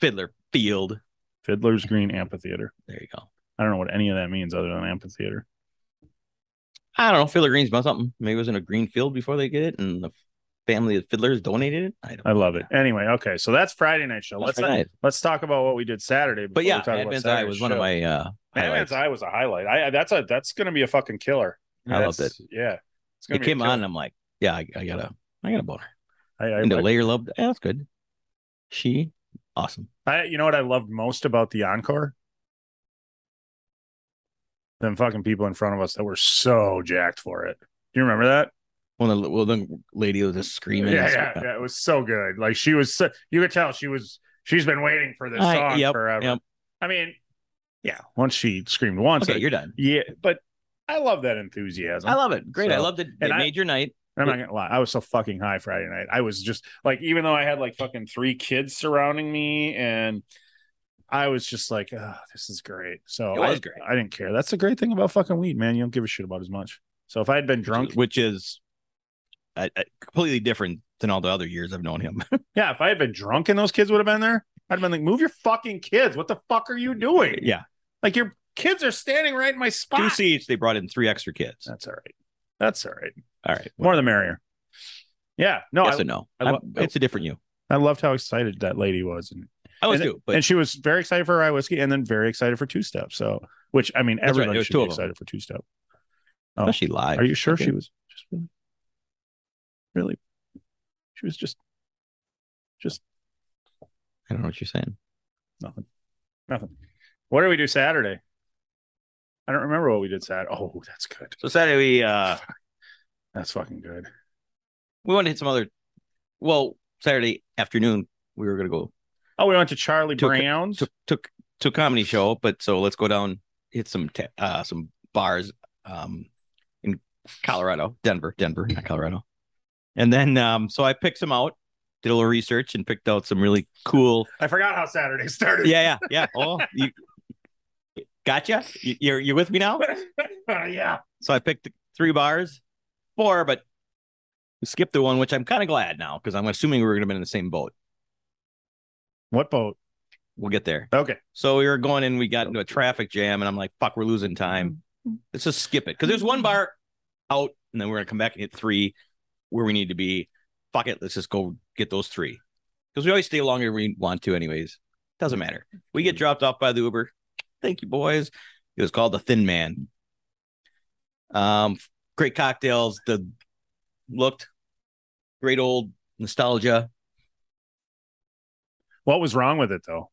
Fiddler Field.
Fiddler's Green Amphitheater.
There you go.
I don't know what any of that means other than amphitheater.
I don't know. Fiddler Greens about something. Maybe it was in a green field before they get it, and the family of fiddlers donated it. I don't.
I love it. Anyway, okay, so that's Friday night show.
That's
Let's
pretty
not-
nice.
let's talk about what we did Saturday. before
But
we
yeah,
talk about
Advance Eye
Saturday's
was one of
show.
my uh, highlights.
Madman's Eye was a highlight. I I- that's a that's gonna be a fucking killer.
I loved
That's- Yeah, it's
It
be a
came
killer.
on, and I'm like, yeah, I, I got a, I got a boner.
I, I,
And the layer love, yeah, that's good. She, awesome.
I- you know what I loved most about the encore? Them fucking people in front of us that were so jacked for it. Do you remember that?
Well, the, well, the lady was just screaming.
Yeah,
and
yeah,
stuff.
yeah, It was so good. Like she was, so, you could tell she was. She's been waiting for this
I-
song
yep,
forever.
yep.
I mean, yeah. Once she screamed once,
Okay,
I-
you're
*laughs*
done.
yeah. But I love that enthusiasm.
I love it. Great. I
So-
loved it. It
and I-
made your night.
I'm not gonna lie. I was so fucking high Friday night. I was just like, even though I had like fucking three kids surrounding me, and I was just like, oh, this is great. So
It was
I,
great.
I didn't care. That's the great thing about fucking weed, man. You don't give a shit about as much. So if I had been drunk,
which is uh, uh, completely different than all the other years I've known him. *laughs*
yeah, if I had been drunk and those kids would have been there, I'd have been like, move your fucking kids. What the fuck are you doing?
yeah,
Like your kids are standing right in my spot.
two seats. They brought in three extra kids.
That's all right. That's all right.
All right,
More the merrier. Yeah. No,
yes
I,
and no.
I
I,
lo-
it's a different you.
I loved how excited that lady was and
I was
it-
too, but
and she was very excited for rye whiskey and then very excited for two step. So, which I mean,
right,
everybody
there was
should
two
be
of 'em.
excited for two step.
no, she lied.
oh. Are you sure she
Okay.
was just really, really? She was just
I don't know what you're saying.
nothing, nothing. What did we do Saturday? I don't remember what we did Saturday. Oh, that's good.
So Saturday we uh
That's fucking good.
we wanted to hit some other. Well, Saturday afternoon we were gonna go
Oh, we went to Charlie
Took-
Brown's.
took took to a comedy show, but so let's go down hit some ta- uh some bars um in Colorado, Denver, Denver, not Colorado. And then um so I picked some out, did a little research and picked out some really cool
I forgot how Saturday *laughs* started.
Yeah, yeah, yeah. Oh, you gotcha. You, you're you're with me now?
*laughs* yeah.
So I picked three bars, four, but we skipped the one, which I'm kind of glad now because I'm assuming we were going to be in the same boat.
What boat?
We'll get there.
Okay.
So we were going in, we got into a traffic jam, and I'm like, fuck, we're losing time. Let's just skip it because there's one bar out, and then we're going to come back and hit three where we need to be. Fuck it. Let's just go get those three because we always stay longer than we want to, anyways. Doesn't matter. We get dropped off by the Uber. Thank you, boys. It was called the Thin Man. Um, great cocktails. The looked great old nostalgia.
What was wrong with it though?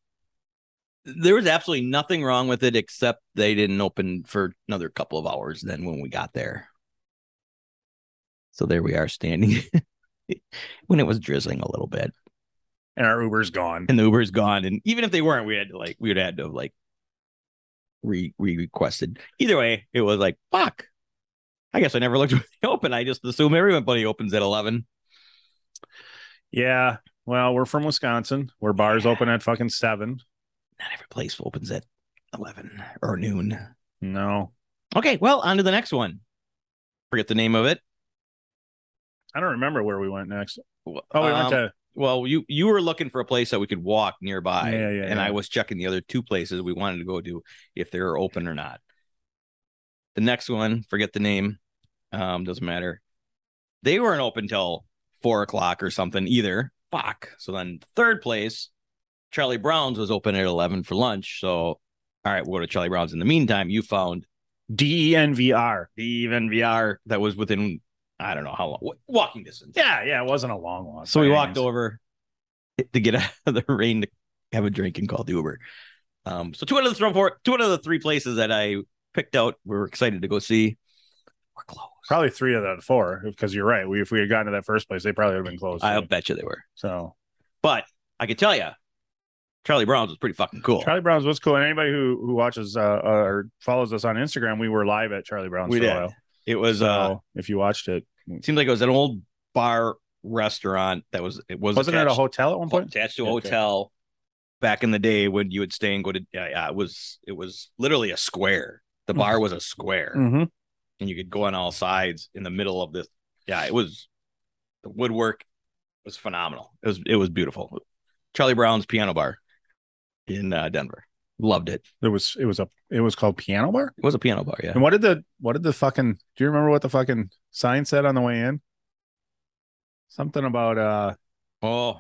There was absolutely nothing wrong with it except they didn't open for another couple of hours. Then when we got there, so there we are standing *laughs* when it was drizzling a little bit,
And our Uber's gone.
and the Uber's gone. And even if they weren't, we had to like we would have had to have like re re requested. Either way, it was like fuck. I guess I never looked *laughs* when they open. I just assume everybody opens at eleven.
Yeah. Well, we're from Wisconsin, where bars open at fucking seven.
not every place opens at 11 or noon.
No,
Okay, well, on to the next one. Forget the name of it.
I don't remember where we went next.
Well,
Oh, we
um,
went to
Well, you you were looking for a place that we could walk nearby,
Yeah, yeah,
and
yeah.
I was checking the other two places we wanted to go to if they were open or not. The next one, forget the name, um, doesn't matter. They weren't open till four o'clock or something either. Fuck. So then third place, Charlie Brown's was open at eleven for lunch. So all right, we'll go to Charlie Brown's. In the meantime, you found
E DENVR.
the even VR that was within I don't know how long wa- walking distance.
Yeah, yeah, it wasn't a long walk.
So we
by any
walked
means.
over to get *laughs* out of the rain to have a drink and call the Uber. Um, so two out of the three, four, two out of the three places that I picked out, we were excited to go see. Were closed.
Probably three of the four, because you're right. We, if we had gotten to that first place, they probably would have been closed.
I
too.
bet you they were,
so
but I can tell you, Charlie Brown's was pretty fucking cool.
Charlie Brown's was cool. And anybody who who watches uh, uh, or follows us on Instagram, we were live at Charlie Brown's
We
for
did.
a while.
it was.
So
Uh,
if you watched it,
it seems like it was an old bar restaurant that was. It was
wasn't it a
attached-
hotel at one point?
attached to a
Yeah, okay.
hotel back in the day when you would stay and go to yeah, yeah, it was it was literally a square
Hmm.
the bar was a square
Mm-hmm.
and you could go on all sides in the middle of this yeah it was the woodwork was phenomenal it was it was beautiful charlie brown's piano bar in uh, denver loved it
It was it was a it was called Piano Bar.
it was a piano bar yeah
And what did the what did the fucking do you remember what the fucking sign said on the way in? Something about uh
oh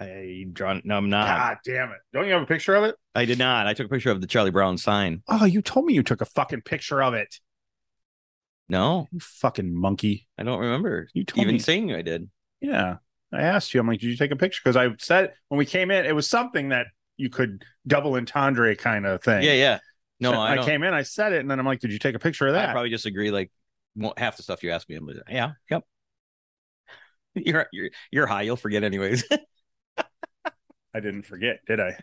i drawn no i'm not
God damn it. Don't you have a picture of it?
i did not i took a picture of the charlie brown sign
Oh, you told me you took a fucking picture of it.
No,
You fucking monkey.
I don't remember
You told
even
me.
saying I did.
yeah. I asked you, I'm like, did you take a picture? Because I said when we came in, it was something that you could double entendre kind of thing.
Yeah, yeah. No,
So
I,
I,
don't-
came in, I said it, and then I'm like, did you take a picture of
I
that?
probably just agree like mo- half the stuff you asked me. I'm like, yeah, yep. *laughs* You're you're you're high. You'll forget *laughs* anyways.
I didn't forget, did I?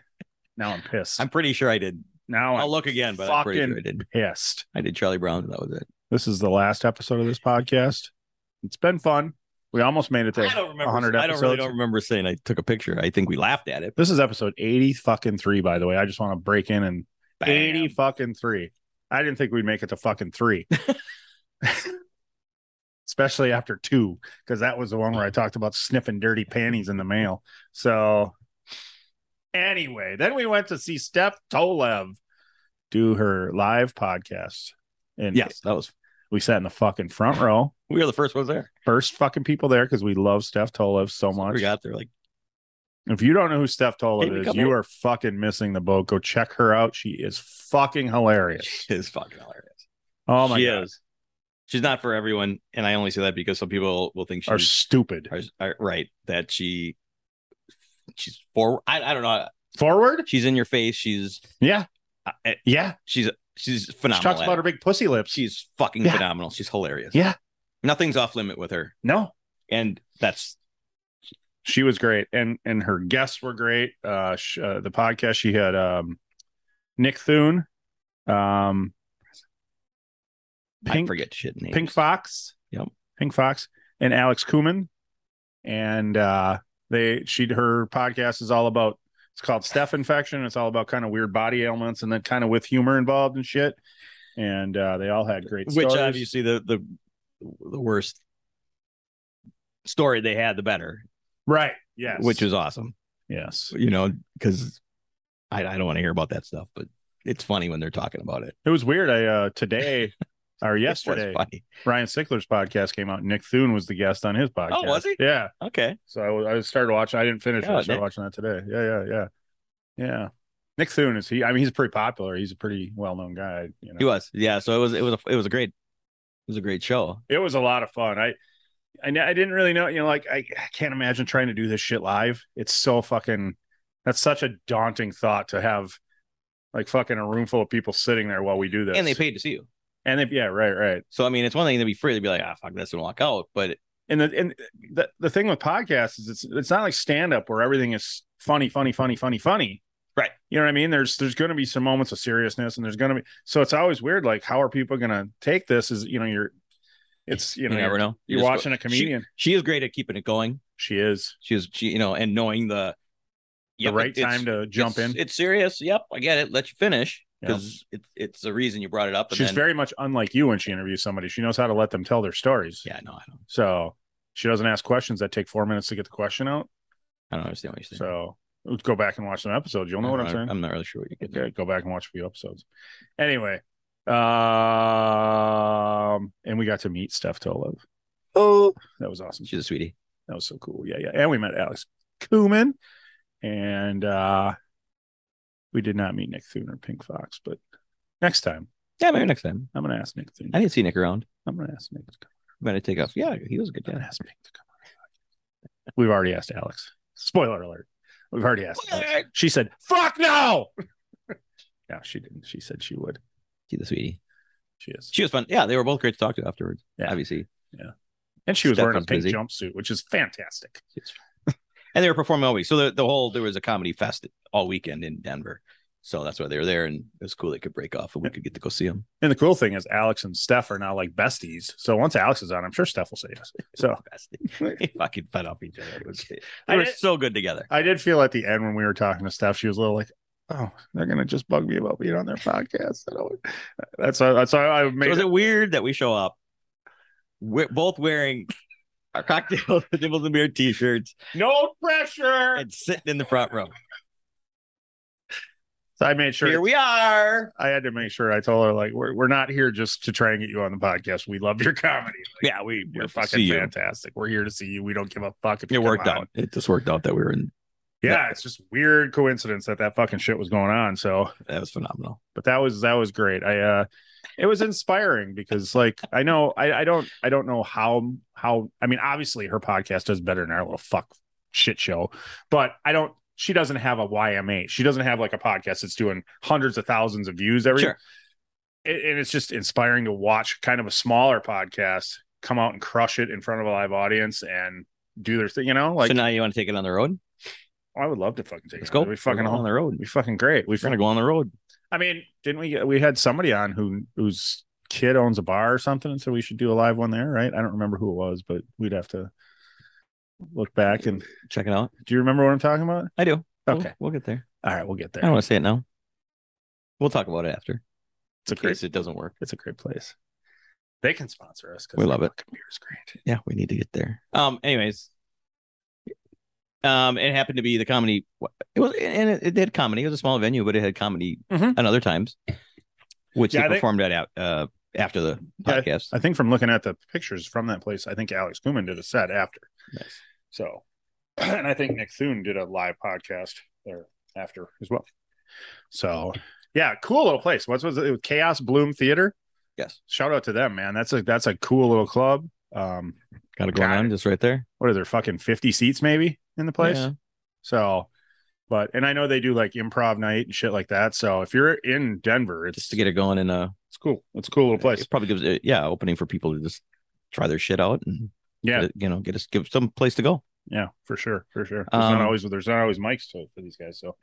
Now I'm pissed.
I'm pretty sure Oh, I did.
now
I'll
I'm
look again, but I'm pretty sure I
fucking
did.
pissed.
I did Charlie Brown. and That was it.
This is the last episode of this podcast. It's been fun. We almost made it there.
I don't
100
remember. I don't really
episodes.
don't remember saying I took a picture. I think we laughed at it.
This is episode 80 fucking three, by the way. I just want to break in and
Bam.
80 fucking three. I didn't think we'd make it to
*laughs*
fucking three. Especially after two, because that was the one where I talked about sniffing dirty panties in the mail. So anyway, then we went to see Steph Tolev do her live podcast. And
Yes, that was.
we sat in the fucking front row.
We were the first ones there.
First fucking people there because we love Steph Tolev so much.
We got there like *laughs*
If you don't know who Steph
Maybe a
Tolev is,
couple-
you are fucking missing the boat. Go check her out. She is fucking hilarious.
she is fucking hilarious.
Oh my
she
god,
is. She's not for everyone, and I only say that because some people will think she's
are stupid.
are, are- right that she she's forward. I, I don't know.
Forward?
She's in your face. She's
Yeah,
I- I-
yeah.
she's she's
She
phenomenal.
talks
at
about
it.
her big pussy lips.
She's fucking
Yeah.
phenomenal. She's hilarious.
Yeah.
nothing's off limit with her,
No,
and that's
she was great, and and her guests were great. Uh, sh- uh the podcast she had um Nick Thune, um,
I
Pink
forget shit names.
Pink Fox.
Yep.
Pink Fox and Alex Kuman. And uh they she her podcast is all about it's called Steph Infection. It's all about kind of weird body ailments and then kind of with humor involved and shit. And uh they all had great
which
stories.
obviously the the the worst story they had, the better,
right. Yes.
which was awesome.
yes.
You know, because I, I don't want to hear about that stuff, but it's funny when they're talking about it.
It was weird. I uh
*laughs*
today or
It was
yesterday
funny.
Ryan Sickler's podcast came out. Nick Thune was the guest on his podcast.
Oh, was he?
Yeah.
Okay,
So I, was- I started watching. I didn't finish. it.
Yeah,
I started
Nick-
watching that today. Yeah, yeah, yeah, yeah. Nick Thune is he? I mean, he's pretty popular. He's a pretty well-known guy. You know,
he was. Yeah, so it was it was a, it was a great it was a great show.
it was a lot of fun. I, I, kn- I didn't really know. You know, like I, I can't imagine trying to do this shit live. It's so fucking. That's such a daunting thought to have, like fucking a room full of people sitting there while we do this.
And they paid to see you.
And they, yeah, right, right.
So I mean, it's one thing to be free to be like, ah, fuck this and walk out, but
and the and the, the thing with podcasts is it's it's not like stand up where everything is funny, funny, funny, funny, funny.
Right.
You know what I mean? There's there's going to be some moments of seriousness, and there's going to be so it's always weird. Like, how are people going to take this? Is you know you're, it's you
you,
know
never
you're,
know. You
you're
just go-
watching a comedian.
She, she is great at keeping it going.
She, is
She is she you know and knowing the
the right time to jump in.
It's serious. Yep, I get it. Let you finish
Yep.
because it's it's the reason you brought it up. And
She's
then,
very much unlike you when she interviews somebody. She knows how to let them tell their stories.
yeah. No, I don't.
So she doesn't ask questions that take four minutes to get the question out.
I don't understand what you're saying.
So go back and watch some episodes. You'll know what I'm
I-
saying.
I'm not really sure what you're getting.
Okay, go back and watch a few episodes. Anyway, um, and we got to meet Steph Tolev.
Oh,
That was awesome.
she's a sweetie.
That was so cool. Yeah, yeah. And we met Alex Kuman, and uh, we did not meet Nick Thune or Pink Fox, but next time
Yeah, maybe next time.
I'm gonna ask Nick Thune.
I didn't see Nick around.
I'm gonna ask Nick. To come.
I'm gonna take off. Yeah, he was a good
I'm
guy.
gonna ask Nick to come. on. We've already asked Alex. Spoiler alert. We've already asked. Alex. She said, "Fuck no." *laughs* no, she didn't. She said she would.
She's a sweetie.
She is.
She was fun. Yeah, they were both great to talk to afterwards.
Yeah.
Obviously,
And she was
Steph
wearing
was
a pink
busy.
jumpsuit, which is fantastic.
and they were performing all week. So the, the whole there was a comedy fest all weekend in Denver. So that's why they were there, and it was cool. They could break off, and we could get to go see them.
And the cool thing is, Alex and Steph are now like besties. So once Alex is on, I'm sure Steph will say yes.
*laughs*
So
fucking fed off each other. It
*laughs*
was, they were
did-
so good together.
I did feel at the end when we were talking to Steph, she was a little like, "Oh, they're gonna just bug me about being on their podcast." I don't- That's why. That's why I
So
made.
is
it,
it weird that we show up, we're both wearing our *laughs* cocktails, nibbles and beer t-shirts,
no pressure.
and sitting in the front row?
so I made sure.
Here we are.
I had to make sure I told her like, "We're we're not here just to try and get you on the podcast. We love your comedy. Like,
Yeah, we
you're
fucking
fucking fantastic. We're here to see you. We don't give a fuck if you
It
come
worked
out.
out. It just worked out that we were in
yeah, it's just weird coincidence that that fucking shit was going on. So
That was phenomenal.
but that was that was great i uh it was inspiring because like i know i i don't i don't know how how i mean obviously her podcast does better than our little fuck shit show but i don't she doesn't have a yma she doesn't have like a podcast that's doing hundreds of thousands of views every
Sure.
and and it's just inspiring to watch kind of a smaller podcast come out and crush it in front of a live audience and do their thing you know like
so now you want to take it on the road?
i would love to fucking take
Let's
it.
go.
we fucking
We're going on the road.
we fucking great we
We're gonna go on the road.
I mean, didn't we? We had somebody on who whose kid owns a bar or something, so we should do a live one there, right? I don't remember who it was, but we'd have to look back and
Check it out.
do you remember what I'm talking about?
I do. We'll-
Okay,
we'll get there.
all right, we'll get
I don't
there.
want to say it now. We'll talk about it after.
It's a
In case
great,
it doesn't work.
it's a great place. They can sponsor us
We love
their
it.
fucking Beer is great.
Yeah, we need to get there. Um, anyways. Um, it happened to be the comedy it was and it, it had comedy. It was a small venue, but it had comedy
Mhm.
and other times. Which
Yeah, I
they
think-
performed at uh after the
Yeah, I-
podcast.
I think from looking at the pictures from that place, I think Alex Kuman did a set after.
Nice.
So, *clears throat* and I think Nick Thune did a live podcast there after as well. So, yeah, cool little place. What was it? Chaos Bloom Theater.
Yes.
Shout out to them, man. That's a that's a cool little club. Um,
Got it going
Got
on just right there.
what are there? Fucking fifty seats maybe in the place.
Yeah.
So, but and I know they do like improv night and shit like that. So if you're in Denver, it's
Just to get it going in a
it's cool. It's a cool little place.
It probably gives it yeah, opening for people to just try their shit out and
Yeah.
get it- you know, get us give some place to go.
Yeah, for sure, for sure. There's not
Um,
always there's not always mics to for these guys. So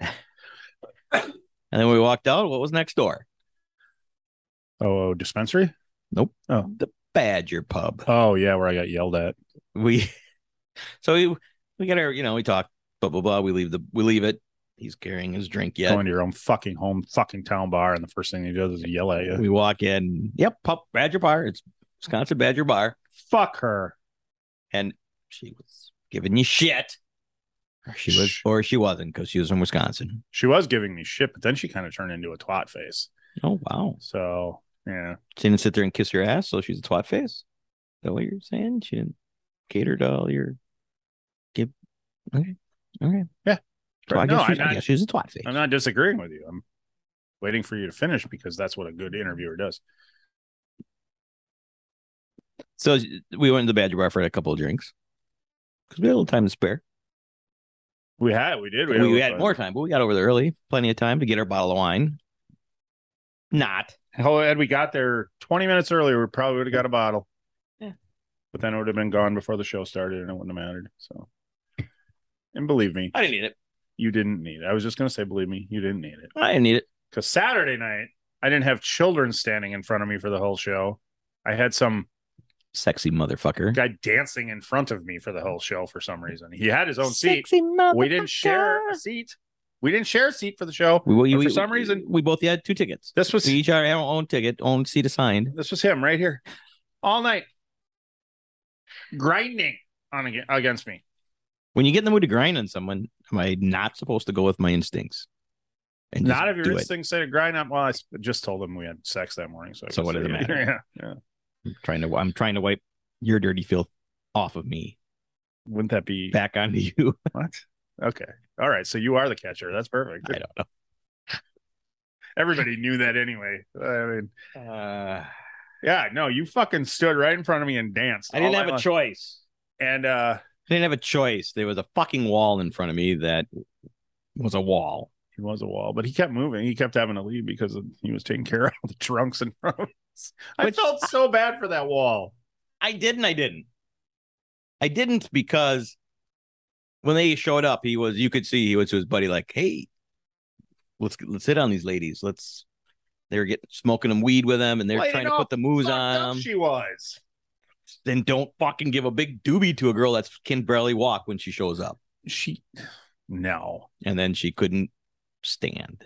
And then we walked out. What was next door?
oh, dispensary.
Badger Pub.
Oh yeah, where I got yelled at.
we *laughs* so we we get our you know we talk blah blah blah we leave the we leave it he's carrying his drink yet
Going to your own fucking home, fucking town bar, and the first thing he does is yell at you.
we walk in yep pup badger bar it's wisconsin badger bar
Fuck her.
and she was giving you shit or she was
Shh.
or she wasn't because she was from wisconsin
She was giving me shit, but then she kind of turned into a twat face.
oh wow
So yeah,
she didn't sit there and kiss your ass so she's a twat face is that what you're saying she didn't cater to all your give okay okay
Yeah.
so I,
No,
guess
I'm
she's, I
not-
guess she's a twat face
I'm not disagreeing with you. I'm waiting for you to finish because that's what a good interviewer does.
So we went to the Badger Bar for a couple of drinks because we had a little time to spare.
We had, we did,
We, we had more time, but we got over there early, plenty of time to get our bottle of wine. Not
Oh, had we got there 20 minutes earlier, we probably would have got a bottle.
Yeah.
But then it would have been gone before the show started and it wouldn't have mattered. So, and believe me,
I didn't need it.
you didn't need it. I was just going to say, believe me, you didn't need it.
I didn't need it.
Because Saturday night, I didn't have children standing in front of me for the whole show. I had some
Sexy motherfucker.
guy dancing in front of me for the whole show for some reason. He had his own seat.
Sexy motherfucker.
We didn't share a seat. We didn't share a seat for the show.
We, we,
But
we-
for some reason-
we both had two tickets.
This was
We each had our own ticket, own seat assigned.
This was him right here, all night, grinding on ag- against me.
When you get in the mood to grind on someone, am I not supposed to go with my instincts? And just
Not if your
do it?
instincts say to grind up. Well, I s- just told him we had sex that morning, so I
So
guess-
what does it
yeah,
matter?
*laughs* Yeah, yeah.
I'm trying to. I'm trying to wipe your dirty filth off of me,
Wouldn't that be
back onto you.
*laughs* what? Okay, all right. So you are the catcher. That's perfect.
I don't know.
Everybody knew that anyway. I mean,
Uh,
yeah, no, you fucking stood right in front of me and danced.
I didn't
all
have a
night long.
choice.
And uh,
I didn't have a choice. There was a fucking wall in front of me that was a wall.
he was a wall, but he kept moving. He kept having to leave because of, he was taking care of all the drunks and us. I
Which-
felt so bad for that wall.
I didn't. I didn't. I didn't because when they showed up, he was. You could see he was to his buddy, like, "Hey, let's let's hit on these ladies. Let's." They were getting smoking them weed with them, and they're
Played
trying
it
to
off
put the moves
fucked up
on them.
She was.
Then don't fucking give a big doobie to a girl that can barely walk when she shows up,
She no.
and then she couldn't stand.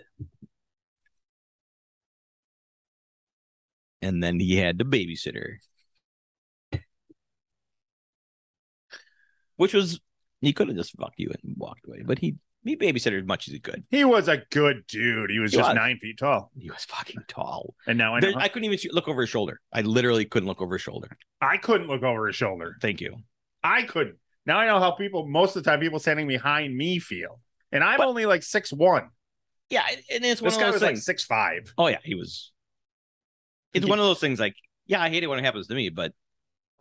And then he had the babysitter. Which was he could have just fucked you and walked away, but he he babysitted as much as he could.
He was a good dude. He was
He
just
was.
nine feet tall.
He was fucking tall.
And now I know
There- I couldn't even see- look over his shoulder. I literally couldn't look over his shoulder.
I couldn't look over his shoulder.
Thank you.
I couldn't. Now I know how people most of the time people standing behind me feel. and I'm
But-
only like six one.
Yeah, and it's one
This
of
guy
those
was like
things.
six five.
oh yeah, he was. It's
He-
one of those things. Like, yeah, I hate it when it happens to me, but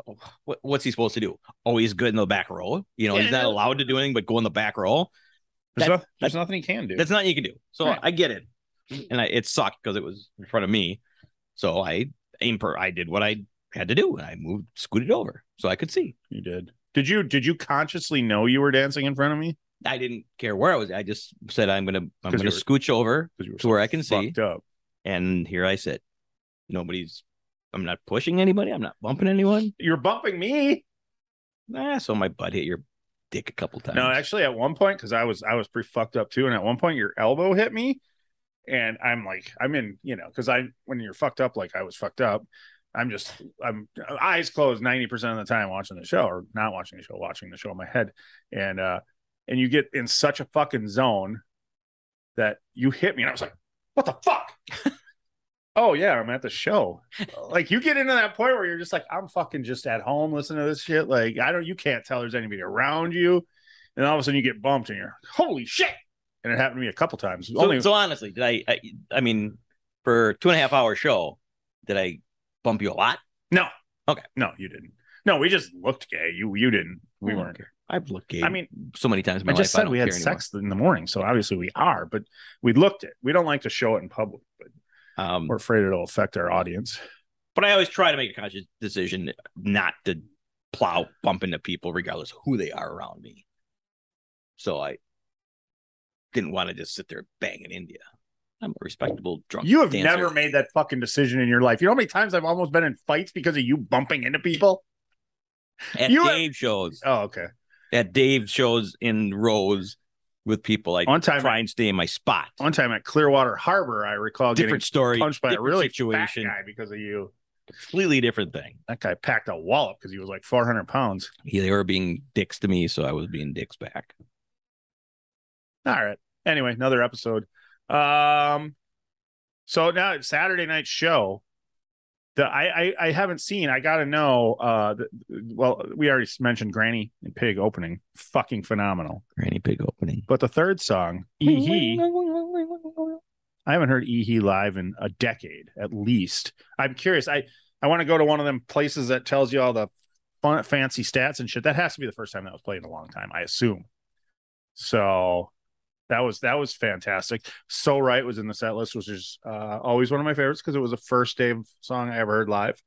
oh, what, what's he supposed to do? Oh, he's good in the back row. You know,
Yeah,
he's not
no.
allowed to do anything but go in the back row.
There's,
That-
no- there's nothing he can do.
That's nothing you can do. So
Right.
I get it, and I, it sucked because it was in front of me. So I aim per. I did what I had to do, and I moved, scooted over so I could see.
You did. Did you did you consciously know you were dancing in front of me?
I didn't care where I was. I just said I'm gonna I'm
'Cause
gonna
you were-
scooch over
Because you were
to where I can see,
fucked up.
and here I sit. Nobody's. I'm not pushing anybody. I'm not bumping anyone.
You're bumping me.
Ah, so my butt hit your dick a couple times.
No, actually, at one point, because I was I was pretty fucked up too, and at one point your elbow hit me, and I'm like, I'm in, you know, because I when you're fucked up like I was fucked up, I'm just I'm eyes closed ninety percent of the time watching the show or not watching the show, watching the show in my head, and uh, and you get in such a fucking zone that you hit me, and I was like, what the
*laughs*
fuck. Oh yeah, I'm at the show. Like you get into that point where you're just like, I'm fucking just at home listening to this shit. Like I don't, you can't tell there's anybody around you and all of a sudden you get bumped and you're holy shit and it happened to me a couple times
So,
only
so honestly, did I, I? I mean, for two and a half hour show, did I bump you a lot?
no
Okay.
no you didn't no we just looked gay you you didn't we
I don't
weren't
care. I've looked gay.
i mean
so many times in my
i just
life. Oh, I
said
don't
we had
care anymore.
sex in the morning so obviously we are but we looked it we don't like to show it in public but
Um,
we're afraid it'll affect our audience
but I always try to make a conscious decision not to plow bump into people, regardless of who they are around me. So I didn't want to just sit there banging India. I'm a respectable drunk.
you have
dancer.
never made that fucking decision in your life you know how many times i've almost been in fights because of you bumping into people
at
you have-
Dave shows
oh okay
at Dave shows in rows with people. I
One time-
try and stay in my spot.
one time at clearwater harbor i recall
different story,
getting punched by a
different
really situation
situation,
fat guy because of you
completely different thing.
that guy packed a wallop because he was like 400 pounds
He, they were being dicks to me, so I was being dicks back.
All right. Anyway, another episode. Um, so now it's Saturday night show. The I I, I haven't seen. I got to know. Uh, the, well, we already mentioned Granny and Pig opening, fucking phenomenal.
Granny Pig opening.
But the third song, Ee Hee, I haven't heard Ee Hee live in a decade at least. I'm curious. I I want to go to one of them places that tells you all the fun, fancy stats and shit. That has to be the first time that was played in a long time, I assume. So that was that was fantastic. So right was in the set list, which is uh, always one of my favorites because it was the first Dave song I ever heard live.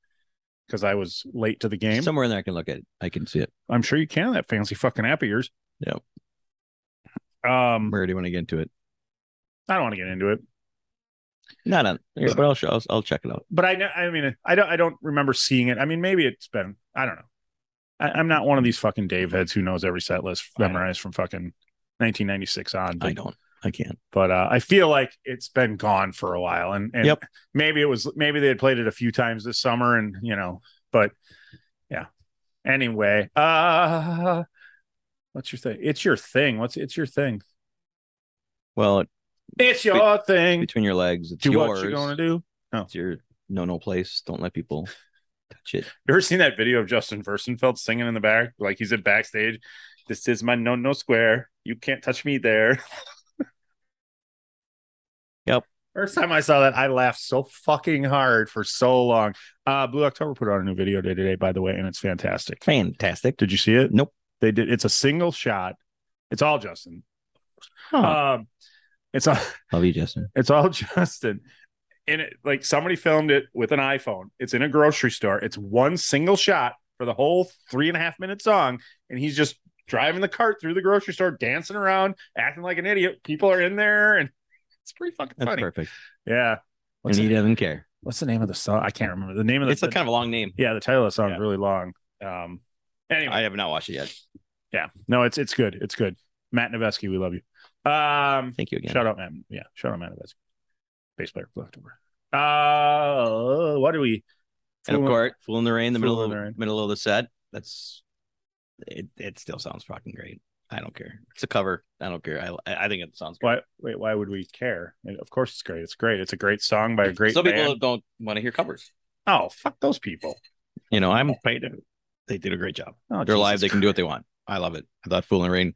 Because I was late to the game.
Somewhere in there, I can look at it. I can see it.
I'm sure you can on that fancy fucking app of yours.
Yep.
Um,
Where do you want to get into it?
I don't want to get into it.
Not on, yeah, but I'll, show, I'll I'll check it out.
but I know. I mean, I don't. I don't remember seeing it. I mean, maybe it's been. I don't know. I, I'm not one of these fucking Dave heads who knows every set list
I know.
memorized from fucking 1996 on. But,
I don't. I can't.
but uh, I feel like it's been gone for a while, and, and
Yep.
maybe it was. Maybe they had played it a few times this summer, and you know. But yeah. Anyway, uh, what's your thing? It's your thing. What's it's your thing?
Well,
It's your thing.
between your legs, it's
Do
yours.
what you're gonna do.
It's your no no place. Don't let people touch it.
You ever seen that video of Justin Furstenfeld singing in the back? Like he's at backstage. This is my no no square. You can't touch me there.
*laughs* Yep.
First time I saw that, I laughed so fucking hard for so long. Uh Blue October put out a new video day today, by the way, and it's fantastic.
Fantastic.
Did you see it?
Nope.
They did. It's a single shot. It's all Justin.
Huh.
Um, it's all
Love you, Justin.
it's all *laughs* Justin. And it like somebody filmed it with an iPhone. It's in a grocery store. It's one single shot for the whole three and a half minute song. And he's just driving the cart through the grocery store, dancing around, acting like an idiot. People are in there and *laughs* it's pretty fucking
That's
funny.
perfect.
Yeah. What's,
and he
the,
doesn't care.
what's the name of the song? I can't remember. The name of the,
It's a kind of a long name.
Yeah, the title of the song
Yeah.
is really long. Um anyway.
I have not watched it yet.
yeah. No, it's it's good. It's good. Matt Nevesky, we love you. Um
Thank you again.
Shout out, Matt. Yeah, shout out, Matt. That's bass player for October. Uh, what do we?
and of course, "Fool in the Rain," the
Fool
middle
in
of
the Rain.
middle of the set. That's it. It still sounds fucking great. I don't care. It's a cover. I don't care. I I think it sounds great.
Why? Wait, why would we care? And Of course, it's great. It's great. It's a great song by a great
Some people
band.
don't want to hear covers.
Oh, fuck those people.
You know, I'm paid. to- They did a great job.
Oh,
They're
Jesus
live. They can do what they want. I love it. I thought "Fool in the Rain"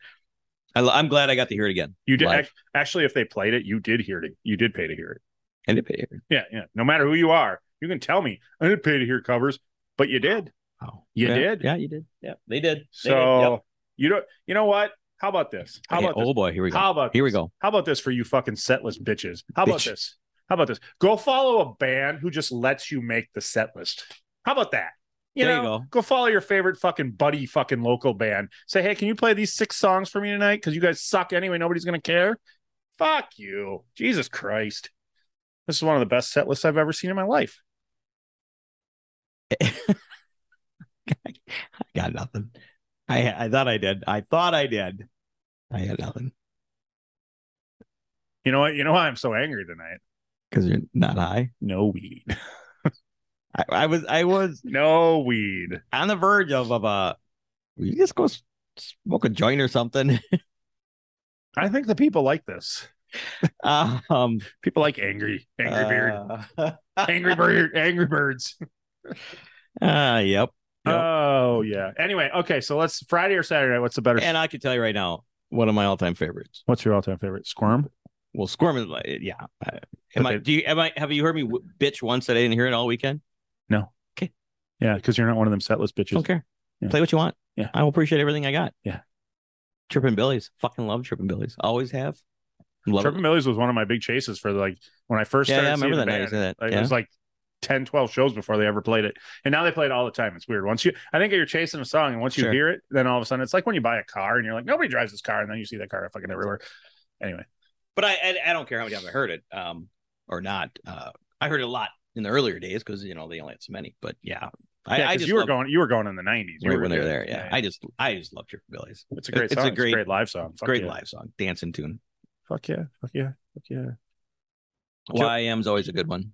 I, lo- I'm glad I got to hear it again.
You did
Live.
ac- actually, if they played it, you did hear it. You did pay to hear it.
I did pay to hear it.
Yeah, yeah. No matter who you are, you can tell me I didn't pay to hear covers, but you did.
Oh,
You
yeah,
did?
Yeah, you did. Yeah, they did. They
So
did. Yep.
you don't. You know what? How about this? How
Yeah,
about
oh
this?
boy, here we go.
How about
here we
this?
go.
How about this for you fucking setlist bitches? How about
Bitch.
this? How about this? Go follow a band who just lets you make the set list. How about that? You
There you
know,
go.
follow your favorite fucking buddy fucking local band. Say, hey, can you play these six songs for me tonight? Because you guys suck anyway. Nobody's gonna care. Fuck you. Jesus Christ. This is one of the best set lists I've ever seen in my life.
I got nothing. I I thought I did. I thought I did. I got nothing
You know what? You know why I'm so angry tonight?
because you're not high.
No weed. *laughs*
I, I was I was
No weed.
on the verge of of uh, you just go s- smoke a joint or something. *laughs*
I think the people like this.
um,
People like angry, angry beard,
uh,
angry bird, angry birds.
*laughs* uh, yep. Yep.
Oh yeah. Anyway, okay. So let's Friday or Saturday. night, What's the better?
And I can tell you right now, one of my all time favorites.
what's your all-time favorite? Squirm.
Well, Squirm is my yeah. I- Am I?
Okay.
Do you? Am I? Have you heard me w- bitch once that I didn't hear it all weekend?
Yeah, because you're not one of them setless bitches.
Don't care.
Yeah.
Play what you want.
Yeah.
I will appreciate everything I got.
Yeah.
Trippin' Billies. Fucking love Trippin' Billies. Always have. Love
Triple
it.
Millies was one of my big chases for like when I first
Yeah,
started
yeah, I remember
seeing the
that night you
band.
said that.
Like,
Yeah.
It was like 10, 12 shows before they ever played it, and now they play it all the time. It's weird. Once you, I think you're chasing a song, and once you
Sure.
hear it, then all of a sudden it's like when you buy a car and you're like, nobody drives this car, and then you see that car fucking everywhere. Anyway,
But I, I I don't care how many times I heard it, um, or not. Uh, I heard it a lot in the earlier days because you know they only had so many. But yeah, I, I
yeah, 'cause
just
you were
love-
going, you were going in the '90s. You
right
were
when they were
good.
there. Yeah. I just I just love Trippin' Billies.
it's a great
it's a
song. It's a great,
great-
live song. Fuck
Great
yeah.
live song, dancing tune.
Fuck yeah. Fuck yeah. Fuck yeah. Sure.
YM's always a good one.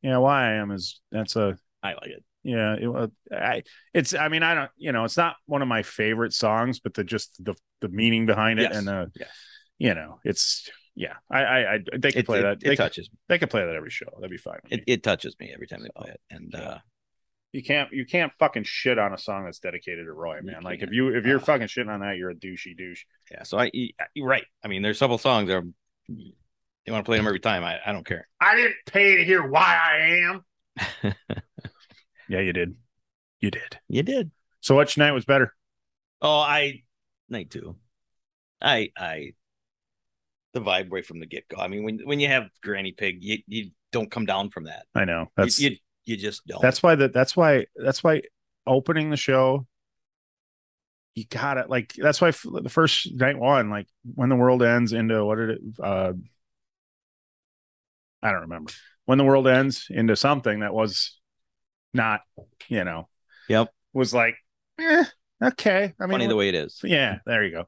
Yeah, why I am is that's a
I like it.
yeah. It, wa- I it's I mean I don't you know it's not one of my favorite songs, but the just the the meaning behind it
Yes.
and the
Yes.
you know it's yeah I I, I they could
It,
play
it-
that
it
they, could,
touches me.
they could play that every show that'd be fine. with
It,
me.
it touches me every time they play it. And
Yeah.
uh,
you can't you can't fucking shit on a song that's dedicated to Roy
You
man. Like if
can't.
you if you're
Uh,
fucking shitting on that you're a douchey douche.
yeah, so I you- you're right. I mean, there's several songs that I'm- you want to play them every time. I, I don't care.
I didn't pay to hear why I am. Yeah, you did. You did.
*laughs* you did.
So which night was better?
Oh, I night two. I I the vibe right from the get go. I mean, when when you have Granny Pig, you you don't come down from that.
I know
You-
that's
you, you just don't.
That's why that that's why that's why opening the show you got it like that's why f- the first night one like when the world ends into what did it uh I don't remember. When the world ends into something that was not, you know.
Yep.
Was like eh, okay. I mean
funny the way it is.
yeah, there you go.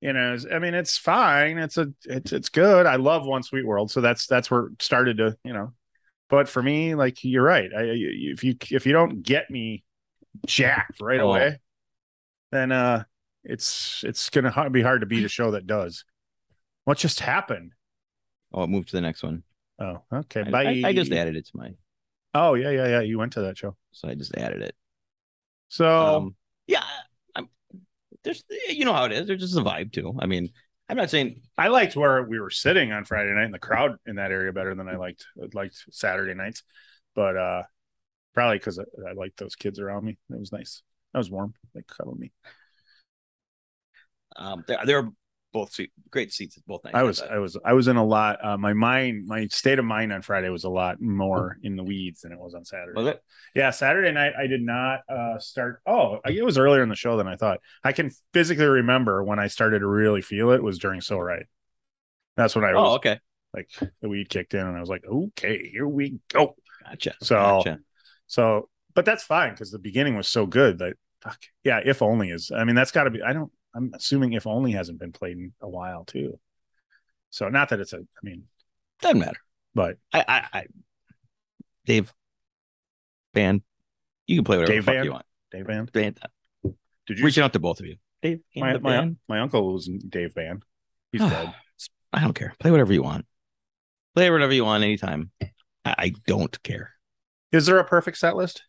You know, it's- I mean, it's fine. It's a, it's, it's good. I love One Sweet World, so that's that's where it started to, you know. But for me, like you're right. I, I- if you if you don't get me jacked right
Oh.
away, then uh, it's it's gonna ha- be hard to beat a show that does. What just happened?
Oh, move to the next one.
Oh, okay.
I,
Bye.
I, I just added it to my,
Oh yeah, yeah, yeah. You went to that show.
so I just added it.
So
um, yeah, I'm, there's you know how it is. There's just a vibe too. I mean, I'm not saying
I liked where we were sitting on Friday night and the crowd in that area better than I liked liked Saturday nights, but uh, probably because I, I liked those kids around me. It was nice. That was warm. They cuddled me.
um they're, they're both seat, great seats both nights.
I was I was I was in a lot. Uh, my mind, my state of mind on Friday was a lot more in the weeds than it was on Saturday.
was it?
Yeah, Saturday night I did not uh, start. Oh, it was earlier in the show than I thought. I can physically remember when I started to really feel it was during So Right. That's when I was
Oh, okay.
like the weed kicked in, and I was like, okay, here we go.
Gotcha.
So-
gotcha.
So, but that's fine because the beginning was so good that fuck yeah. If only is, I mean, that's got to be. I don't. I'm assuming if only hasn't been played in a while too. So not that it's a. I mean,
doesn't matter.
but
I, I, I Dave, band, you can play whatever
Dave
the fuck
Van?
you want.
Dave Band.
Band,
Did you?
reaching out to both of you. Dave, and
my
the
my,
band.
my uncle was in Dave Band.
*sighs*
He's dead.
I don't care. Play whatever you want. Play whatever you want anytime. I, I don't care.
Is there a perfect set list?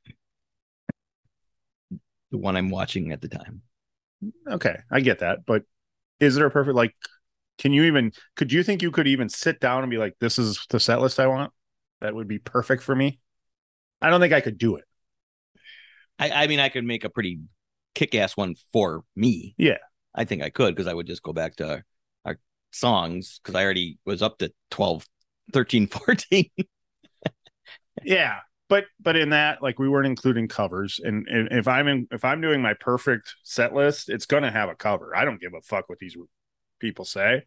The one I'm watching at the time.
Okay, I get that, but is there a perfect like? Can you even? Could you think you could even sit down and be like, "This is the set list I want. That would be perfect for me." I don't think I could do it.
I, I mean, I could make a pretty kick-ass one for me.
Yeah.
I think I could because I would just go back to our, our songs because I already was up to 12, *laughs* 13, 14.
yeah but but in that like we weren't including covers and, and if i'm in if i'm doing my perfect set list it's gonna have a cover i don't give a fuck what these people say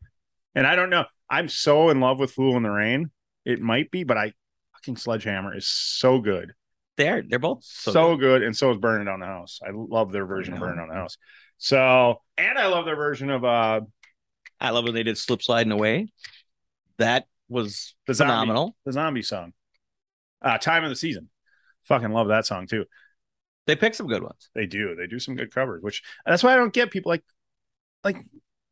and i don't know i'm so in love with fool in the rain it might be but i fucking sledgehammer is so good
they're they're both
so,
so,
good. and so is burning down the house i love their version of
know.
burning down the house so and i love their version of uh
I love when they did slip sliding away. That was
The zombie.
phenomenal.
the zombie song uh time of the season fucking love that song too
They picked some good ones.
They do. They do some good covers, which that's why I don't get people like, like,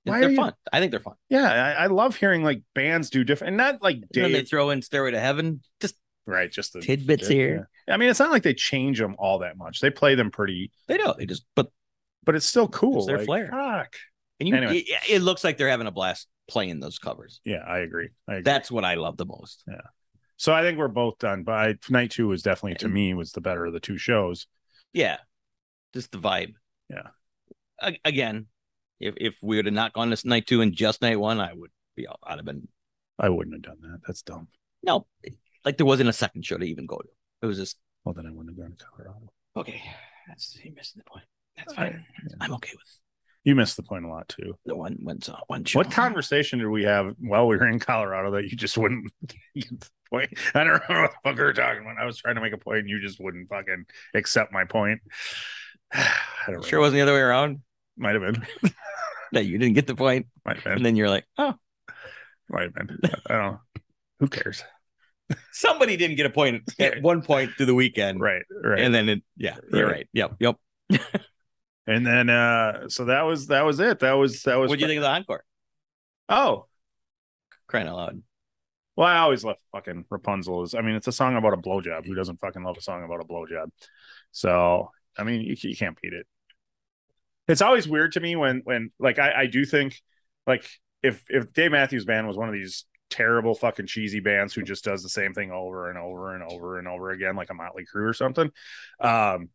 Why are
they're
you-
fun. I think they're fun.
yeah, I, I love hearing like bands do different, and not like
And then they
Dave,
throw in Stairway to Heaven. Just
right? Just the
tidbits here.
yeah. I mean, it's not like they change them all that much. They play them pretty,
they do. They just but
but it's still cool.
It's their
like,
flair.
Fuck.
and you
Anyway.
it, it looks like they're having a blast playing those covers.
Yeah, I agree. I agree.
That's what I love the most.
so I think we're both done. But I, night two was definitely to me was the better of the two shows.
Yeah. Just the vibe.
Yeah.
A- again, if if we would have not gone this night two and just night one, I would be I'd have been
I wouldn't have done that. That's dumb.
no like there wasn't a second show to even go to. It was just
Well, then I wouldn't have gone to Colorado.
okay. That's you missing the point. That's
I-
fine. I'm okay with
You missed the point a lot too.
the one one song, one show.
What conversation did we have while we were in Colorado that you just wouldn't *laughs* get the point? I don't remember what the fuck we were talking about. I was trying to make a point and you just wouldn't fucking accept my point. *sighs* I don't
Sure
remember.
wasn't the other way around.
Might have been.
No, you didn't get the point,
Might have
and
been.
then you're like, oh,
Might have been. I don't know.
*laughs*
Who cares?
somebody didn't get a
*laughs*
point at one point through the weekend,
Right. Right.
And then it, yeah, you're
Right.
right. Yep, yep.
And then uh so that was that was it. That was that was
What do you think of the encore?
Oh.
Crying out loud.
Well, I always love fucking Rapunzel is I mean, it's a song about a blowjob. Who doesn't fucking love a song about a blowjob? So I mean, you, you can't beat it. It's always weird to me when when like I, I do think like if if Dave Matthews Band was one of these terrible fucking cheesy bands who just does the same thing over and over and over and over again, like a Motley Crue or something, um,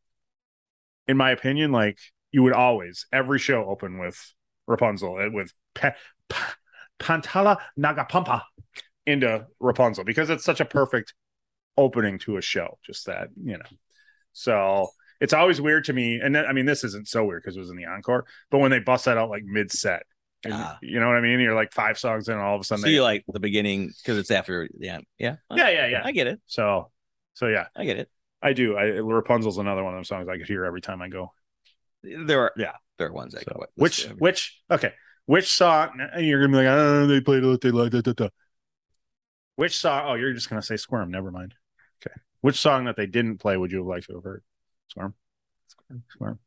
in my opinion, like you would always every show open with Rapunzel eh, with pa- pa- Pantala Nagapampa into Rapunzel because it's such a perfect opening to a show. Just that, you know. So it's always weird to me. And then, I mean, this isn't so weird because it was in the encore, but when they bust that out like mid set,
Ah.
you know what I mean? You're like five songs in, and all of a sudden,
So
they,
you like the beginning because it's after the end. Yeah,
yeah, yeah, yeah.
I get it.
so, so yeah,
I get it.
I do. I Rapunzel's another one of them songs I could hear every time I go.
There are yeah, there are ones that
So,
go.
which, which, okay, which song? and You're gonna be like, oh, they played it, they like da, da, da. Which song? Oh, you're just gonna say Squirm. Never mind. Okay. Which song that they didn't play would you have liked to have heard? Squirm. Squirm.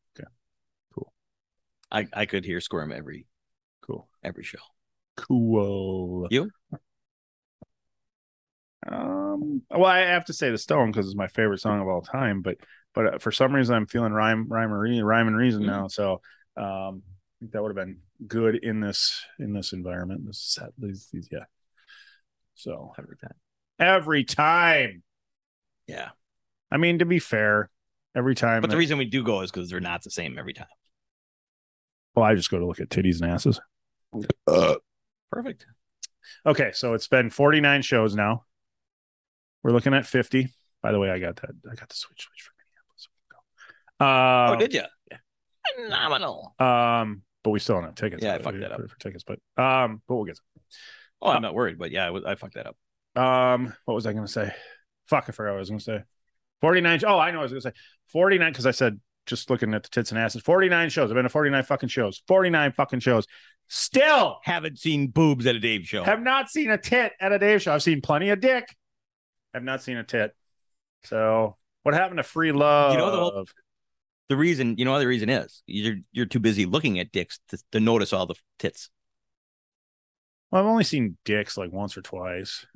I I could hear squirm every
Cool.
every show.
Cool.
You?
Um. Well, I have to say the Stone because it's my favorite song of all time. But but uh, for some reason, I'm feeling rhyme rhyme and reason, rhyme and reason
Mhm.
now. So um, I think that would have been good in this in this environment. This set, these, these, yeah. So
Every time.
every time.
Yeah,
I mean, to be fair, every time.
but the
that-
reason we do go is because they're not the same every time.
well, I just go to look at titties and asses.
Perfect.
Okay, so it's been 49 shows now. We're looking at 50. By the way, I got that. I got the switch switch for Minneapolis. Uh,
oh, did you? Phenomenal.
Um, but we still don't have tickets.
Yeah, I
but-
fucked that up.
for tickets, but um, but we'll get.
Oh, I'm not worried, but yeah, I, was- I fucked that up.
Um, what was I going to say? Fuck, I forgot what I was going to say. 49. Oh, I know what I was going to say 49 because I said just looking at the tits and asses. 49 shows. I've been to 49 fucking shows. 49 fucking shows. Still
Haven't seen boobs at a Dave show.
have not seen a tit at a Dave show. I've seen plenty of dick. Have not seen a tit. So what happened to free love?
You know the whole- the reason you know what the reason is you're you're too busy looking at dicks to, to notice all the tits
Well, I've only seen dicks like once or twice.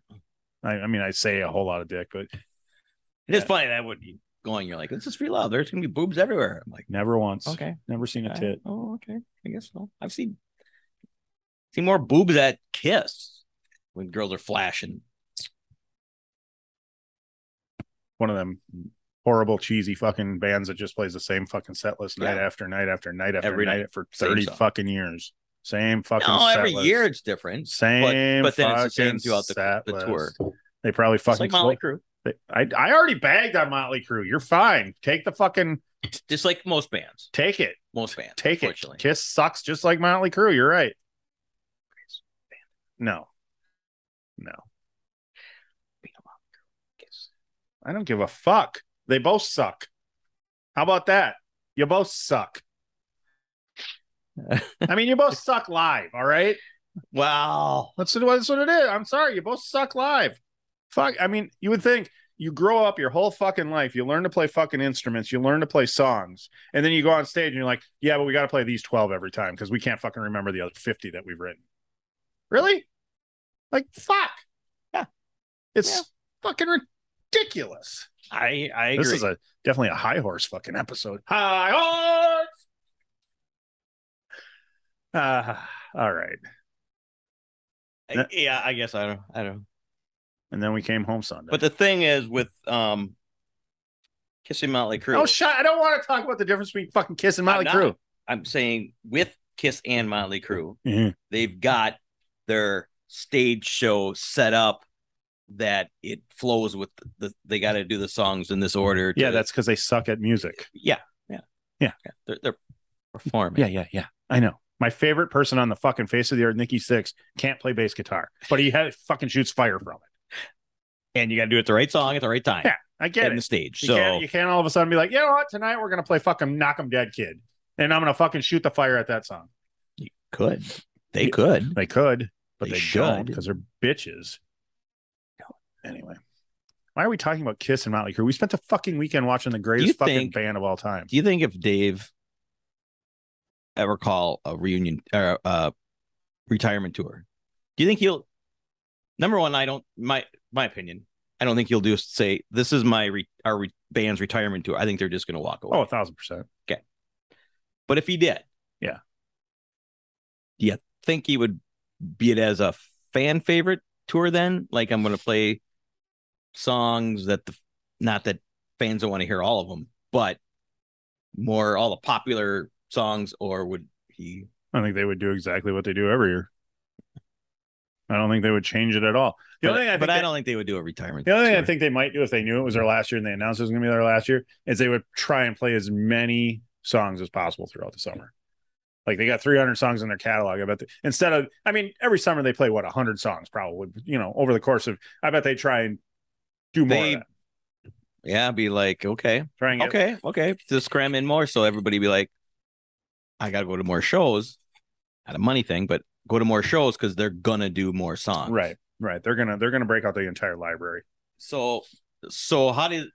I, I mean, I say a whole lot of dick, but
it is
Yeah.
funny that would going you're like this is free love there's gonna be boobs everywhere i'm like
never once.
okay
Never seen a
I-
tit.
oh okay i guess so i've seen See more boobs at Kiss when girls are flashing.
One of them horrible, cheesy fucking bands that just plays the same fucking set list night
Yeah.
after night after night after
Every
night,
night.
for
Same
30
song.
fucking years. Same fucking
No,
set
every
list.
year it's different.
Same
but then it's the same
fucking
throughout the-
set
the tour.
list. They probably
It's
fucking
like Motley Crue.
They- I, I already bagged on Motley Crue. You're fine. Take the fucking
Just like most bands.
take it.
Most bands.
Take it.
unfortunately.
Kiss sucks just like Motley Crue. You're right. No. No.
Beat 'em up, Kiss.
I don't give a fuck. They both suck. How about that? You both suck. I mean, you both suck live. All right.
Wow.
That's, what- that's what it is. I'm sorry. You both suck live. Fuck. I mean, you would think you grow up your whole fucking life. You learn to play fucking instruments. You learn to play songs. And then you go on stage and you're like, yeah, but we got to play these 12 every time because we can't fucking remember the other 50 that we've written. Really? Like, fuck.
Yeah.
It's
Yeah.
fucking ridiculous.
I I agree.
This is a definitely a high horse fucking episode. High horse. *sighs* Uh, all right.
I- yeah, I guess I don't I don't
And then we came home Sunday.
But the thing is with um Kissing Motley Crue.
Oh shut! I don't want to talk about the difference between fucking Kiss and Motley
I'm
Crue.
not. I'm saying with Kiss and Motley Crue,
Mhm.
they've got their stage show set up that it flows with the they got to do the songs in this order. to-
Yeah, that's because they suck at music.
yeah, yeah,
Yeah.
They're, they're performing.
Yeah, yeah, yeah. I know. My favorite person on the fucking face of the earth, Nikki Six, can't play bass guitar, but he had, fucking shoots fire from it.
and you got to do it the right song at the right time
Yeah, I get
in
it.
the stage.
You,
so
can't, you can't all of a sudden be like, you know what? Tonight we're gonna play fucking Knock 'Em Dead Kid, and I'm gonna fucking shoot the fire at that song.
could they
Yeah.
could
They could, but
They
they, don't
should.
because they're bitches. Anyway, why are we talking about Kiss and Motley Crue? We spent the fucking weekend watching the greatest fucking
think-
band of all time.
do you think if Dave ever call a reunion or uh retirement tour, do you think he'll number one? I don't my my opinion. I don't think he'll do say this is my re, our re, band's retirement tour. I think they're just going to walk away.
Oh, a thousand percent.
But if he did,
Yeah.
do you think he would be it as a fan favorite tour then? Like I'm going to play songs that the not that fans don't want to hear all of them, but more all the popular songs, or would he?
I think they would do exactly what they do every year. I don't think they would change it at all. The
but
only thing I think
but
they,
I don't think they would do a retirement.
the only thing I
tour.
think they might do if they knew it was their last year and they announced it was going to be their last year is they would try and play as many songs as possible throughout the summer. Like they got 300 songs in their catalog. I bet they, instead of, I mean, every summer they play what 100 songs probably. You know, over the course of, I bet they try and do more. of
They-
that.
yeah, be like, okay,
Try and get
okay, okay, just cram in more, so everybody be like, I gotta go to more shows. Not a money thing, but go to more shows because they're gonna do more songs,
right, right. They're gonna they're gonna break out the entire library.
So, so how did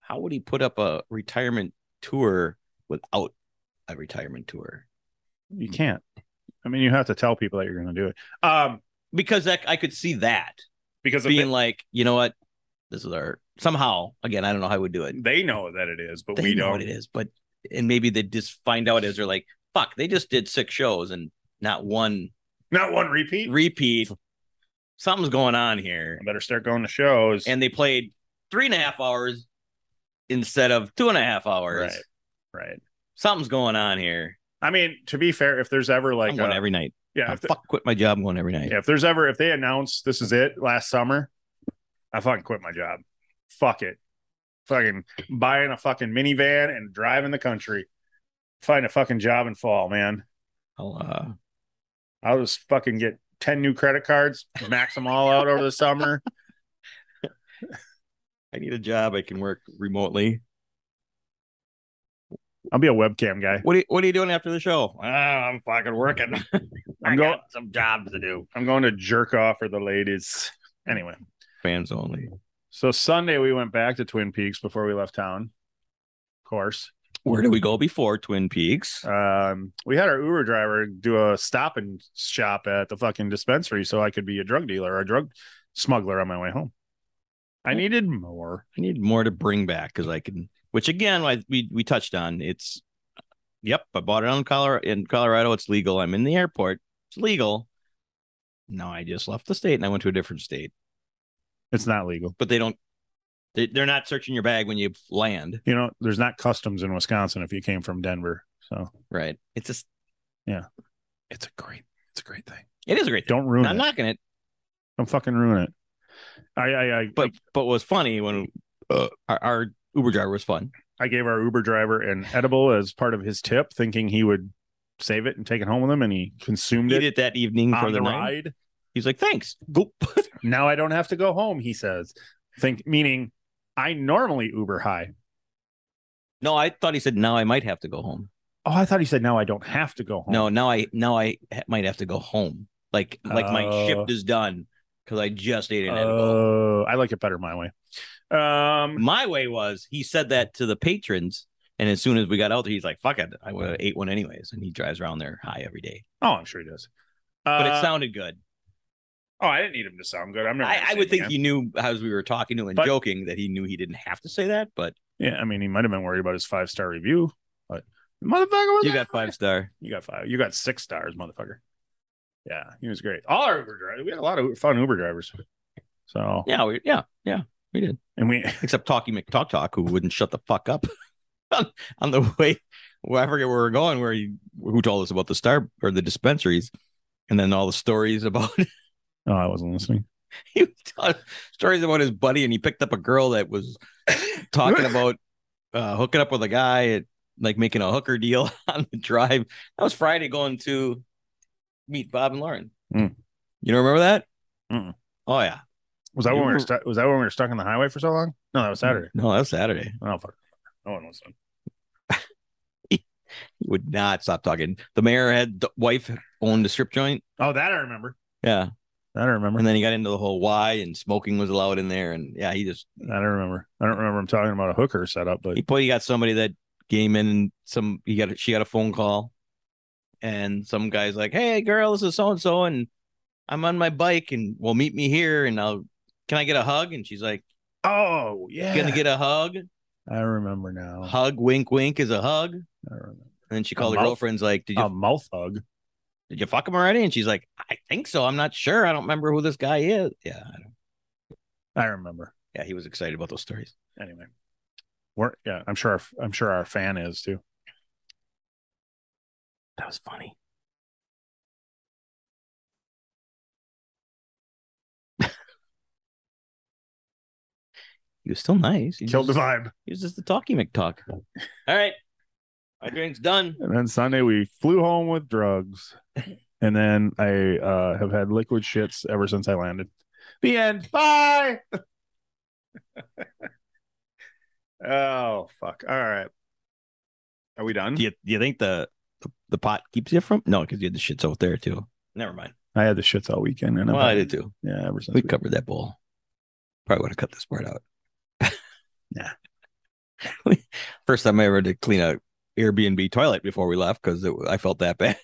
how would he put up a retirement tour without a retirement tour?
You
Hmm.
can't. I mean, you have to tell people that you're gonna do it. Um,
Because that I could see that
because if
being
they-
like, you know what, this is our somehow again. I don't know how I would do it.
they know that it is, but
They
we
know
don't.
what it is, but and maybe they just find out as they're like, fuck, they just did six shows and not one
Not one repeat.
repeat. Something's going on here,
I better start going to shows.
and they played three and a half hours instead of two and a half hours.
Right. right.
Something's going on here.
I mean, to be fair, if there's ever like, uh,
I'm going
a-
every night.
yeah,
I
if, the-
fuck quit my job and going every night.
yeah, if there's ever if they announce this is it last summer, I fucking quit my job. Fuck it. Fucking buying a fucking minivan and driving the country. Find a fucking job and fall, man.
I'll, uh,
I'll just fucking get ten new credit cards, max them all out over the summer.
I need a job. I can work remotely.
I'll be a webcam guy.
What are you, What are you doing after the show? Ah, I'm fucking working.
*laughs* I'm going.
some jobs to do.
I'm going to jerk off for the ladies. Anyway.
Fans only.
So Sunday we went back to Twin Peaks before we left town. Of course,
Where do we go before Twin Peaks?
um, we had our Uber driver do a stop and shop at the fucking dispensary so I could be a drug dealer or a drug smuggler on my way home. I needed more.
I need more to bring back because I can. Which again, I, we we touched on. It's yep. I bought it on Colorado in Colorado. It's legal. I'm in the airport. It's legal. No, I just left the state and I went to a different state.
It's not legal.
But they don't. They, they're not searching your bag when you land,
You know, there's not customs in Wisconsin if you came from Denver. So
right? It's just
it's a great, it's a great thing.
it is a great. Thing.
Don't ruin
I'm
it.
knocking it,
Don't fucking ruin it. I, I, I,
but but what's funny when uh, our, our Uber driver was fun.
I gave our Uber driver an edible as part of his tip, thinking he would save it and take it home with him, and he consumed
He
it
did that evening for
on
the
the
night.
ride.
He's like, thanks. Go.
Now I don't have to go home. He says, think meaning I normally Uber high.
*laughs* no, I thought he said now I might have to go home.
Oh, I thought he said now I don't have to go home.
No, now I now I ha- might have to go home. Like like my
Oh.
shift is done because I just ate an edible.
Oh, I like it better my way. Um,
My way was he said that to the patrons, and as soon as we got out there, he's like, "Fuck it, I would have ate one anyways." And he drives around there high every day,
oh, I'm sure he does.
but
Uh,
it sounded good.
Oh, I didn't need him to sound good. I'm never.
I,
gonna
I
say
would
it
think
again.
he knew as we were talking to him and
But-
joking that he knew he didn't have to say that, but
Yeah, I mean, he might have been worried about his five star review, but motherfucker, was
you
that
got five star.
You got five. You got six stars, motherfucker. Yeah, he was great. All our Uber drivers. We had a lot of fun Uber drivers. So,
Yeah, we, yeah, yeah.
and we
Except Talkie McTalk Talk, who wouldn't shut the fuck up *laughs* on, on the way. Well, I forget where we're going. Where he who told us about the star or the dispensaries, and then all the stories about *laughs*
oh, I wasn't listening.
he was telling stories about his buddy, and he picked up a girl that *laughs* was talking about uh, hooking up with a guy, at, like making a hooker deal *laughs* on the drive. That was Friday going to meet Bob and Lauren.
Mm.
You don't remember that?
Mm-mm.
Oh yeah,
Was that when we
Uber-
were stuck? Was that when we were stuck on the highway for so long? No, that was Saturday.
No, that was Saturday.
Oh fuck, no one listened.
He would not stop talking. The mayor had the wife owned a strip joint.
Oh, that I remember.
Yeah.
That I remember.
And then he got into the whole why and smoking was allowed in there. And yeah, he just
I don't remember. I don't remember him talking about a hooker setup, but
he probably got somebody that came in and some he got a, she got a phone call and some guy's like, Hey girl, this is so and so and I'm on my bike and well meet me here and I'll can I get a hug? And she's like,
oh yeah,
Gonna get a hug.
I remember now.
Hug wink wink is a hug. And
I remember.
then she called
A
her
mouth-
girlfriend's like, Did you
A mouth hug.
did you fuck him already? And she's like, I think so. I'm not sure. I don't remember who this guy is. Yeah, I don't-
I remember.
yeah, he was excited about those stories.
Anyway, we're yeah. I'm sure. Our, I'm sure our fan is too.
That was funny. he was still nice. He
Killed the
just,
vibe.
He was just the talkie McTalk. All right. My drink's done.
And then Sunday we flew home with drugs, and then I uh, have had liquid shits ever since I landed. The end. Bye. *laughs* oh fuck! All right. Are we done?
Do you, do you think the, the the pot keeps you from? No, because you had the shits out there too. Never mind.
I had the shits all weekend, and I've
Well, I
had-
did too.
Yeah, ever since
We covered that bowl. Probably would have cut this part *laughs* out.
Nah.
*laughs* First time I ever did clean a Airbnb toilet before we left because I felt that bad.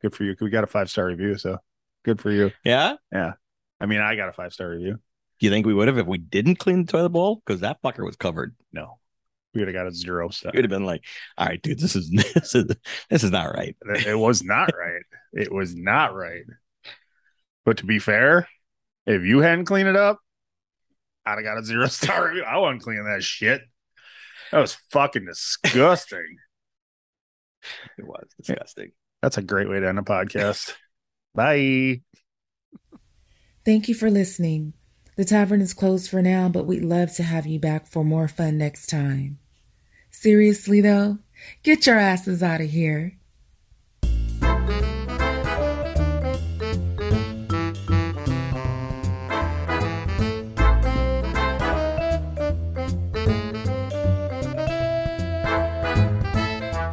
good for you. We got a five star review, so good for you.
Yeah.
I mean, I got a five star review.
Do you think we would have if we didn't clean the toilet bowl? Because that fucker was covered.
No, we would have got a zero star.
It would have been like, all right, dude, this is *laughs* this is this is not right.
It it was *laughs* not right. It was not right. But to be fair, if you hadn't cleaned it up, I'd have got a zero star review. I wasn't cleaning that shit. That was fucking disgusting.
It was disgusting.
*laughs* That's a great way to end a podcast. Bye.
Thank you for listening. The tavern is closed for now, but we'd love to have you back for more fun next time. Seriously, though, get your asses out of here.
Hi, I'm Mark.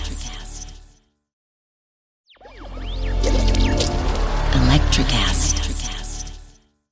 Electricast.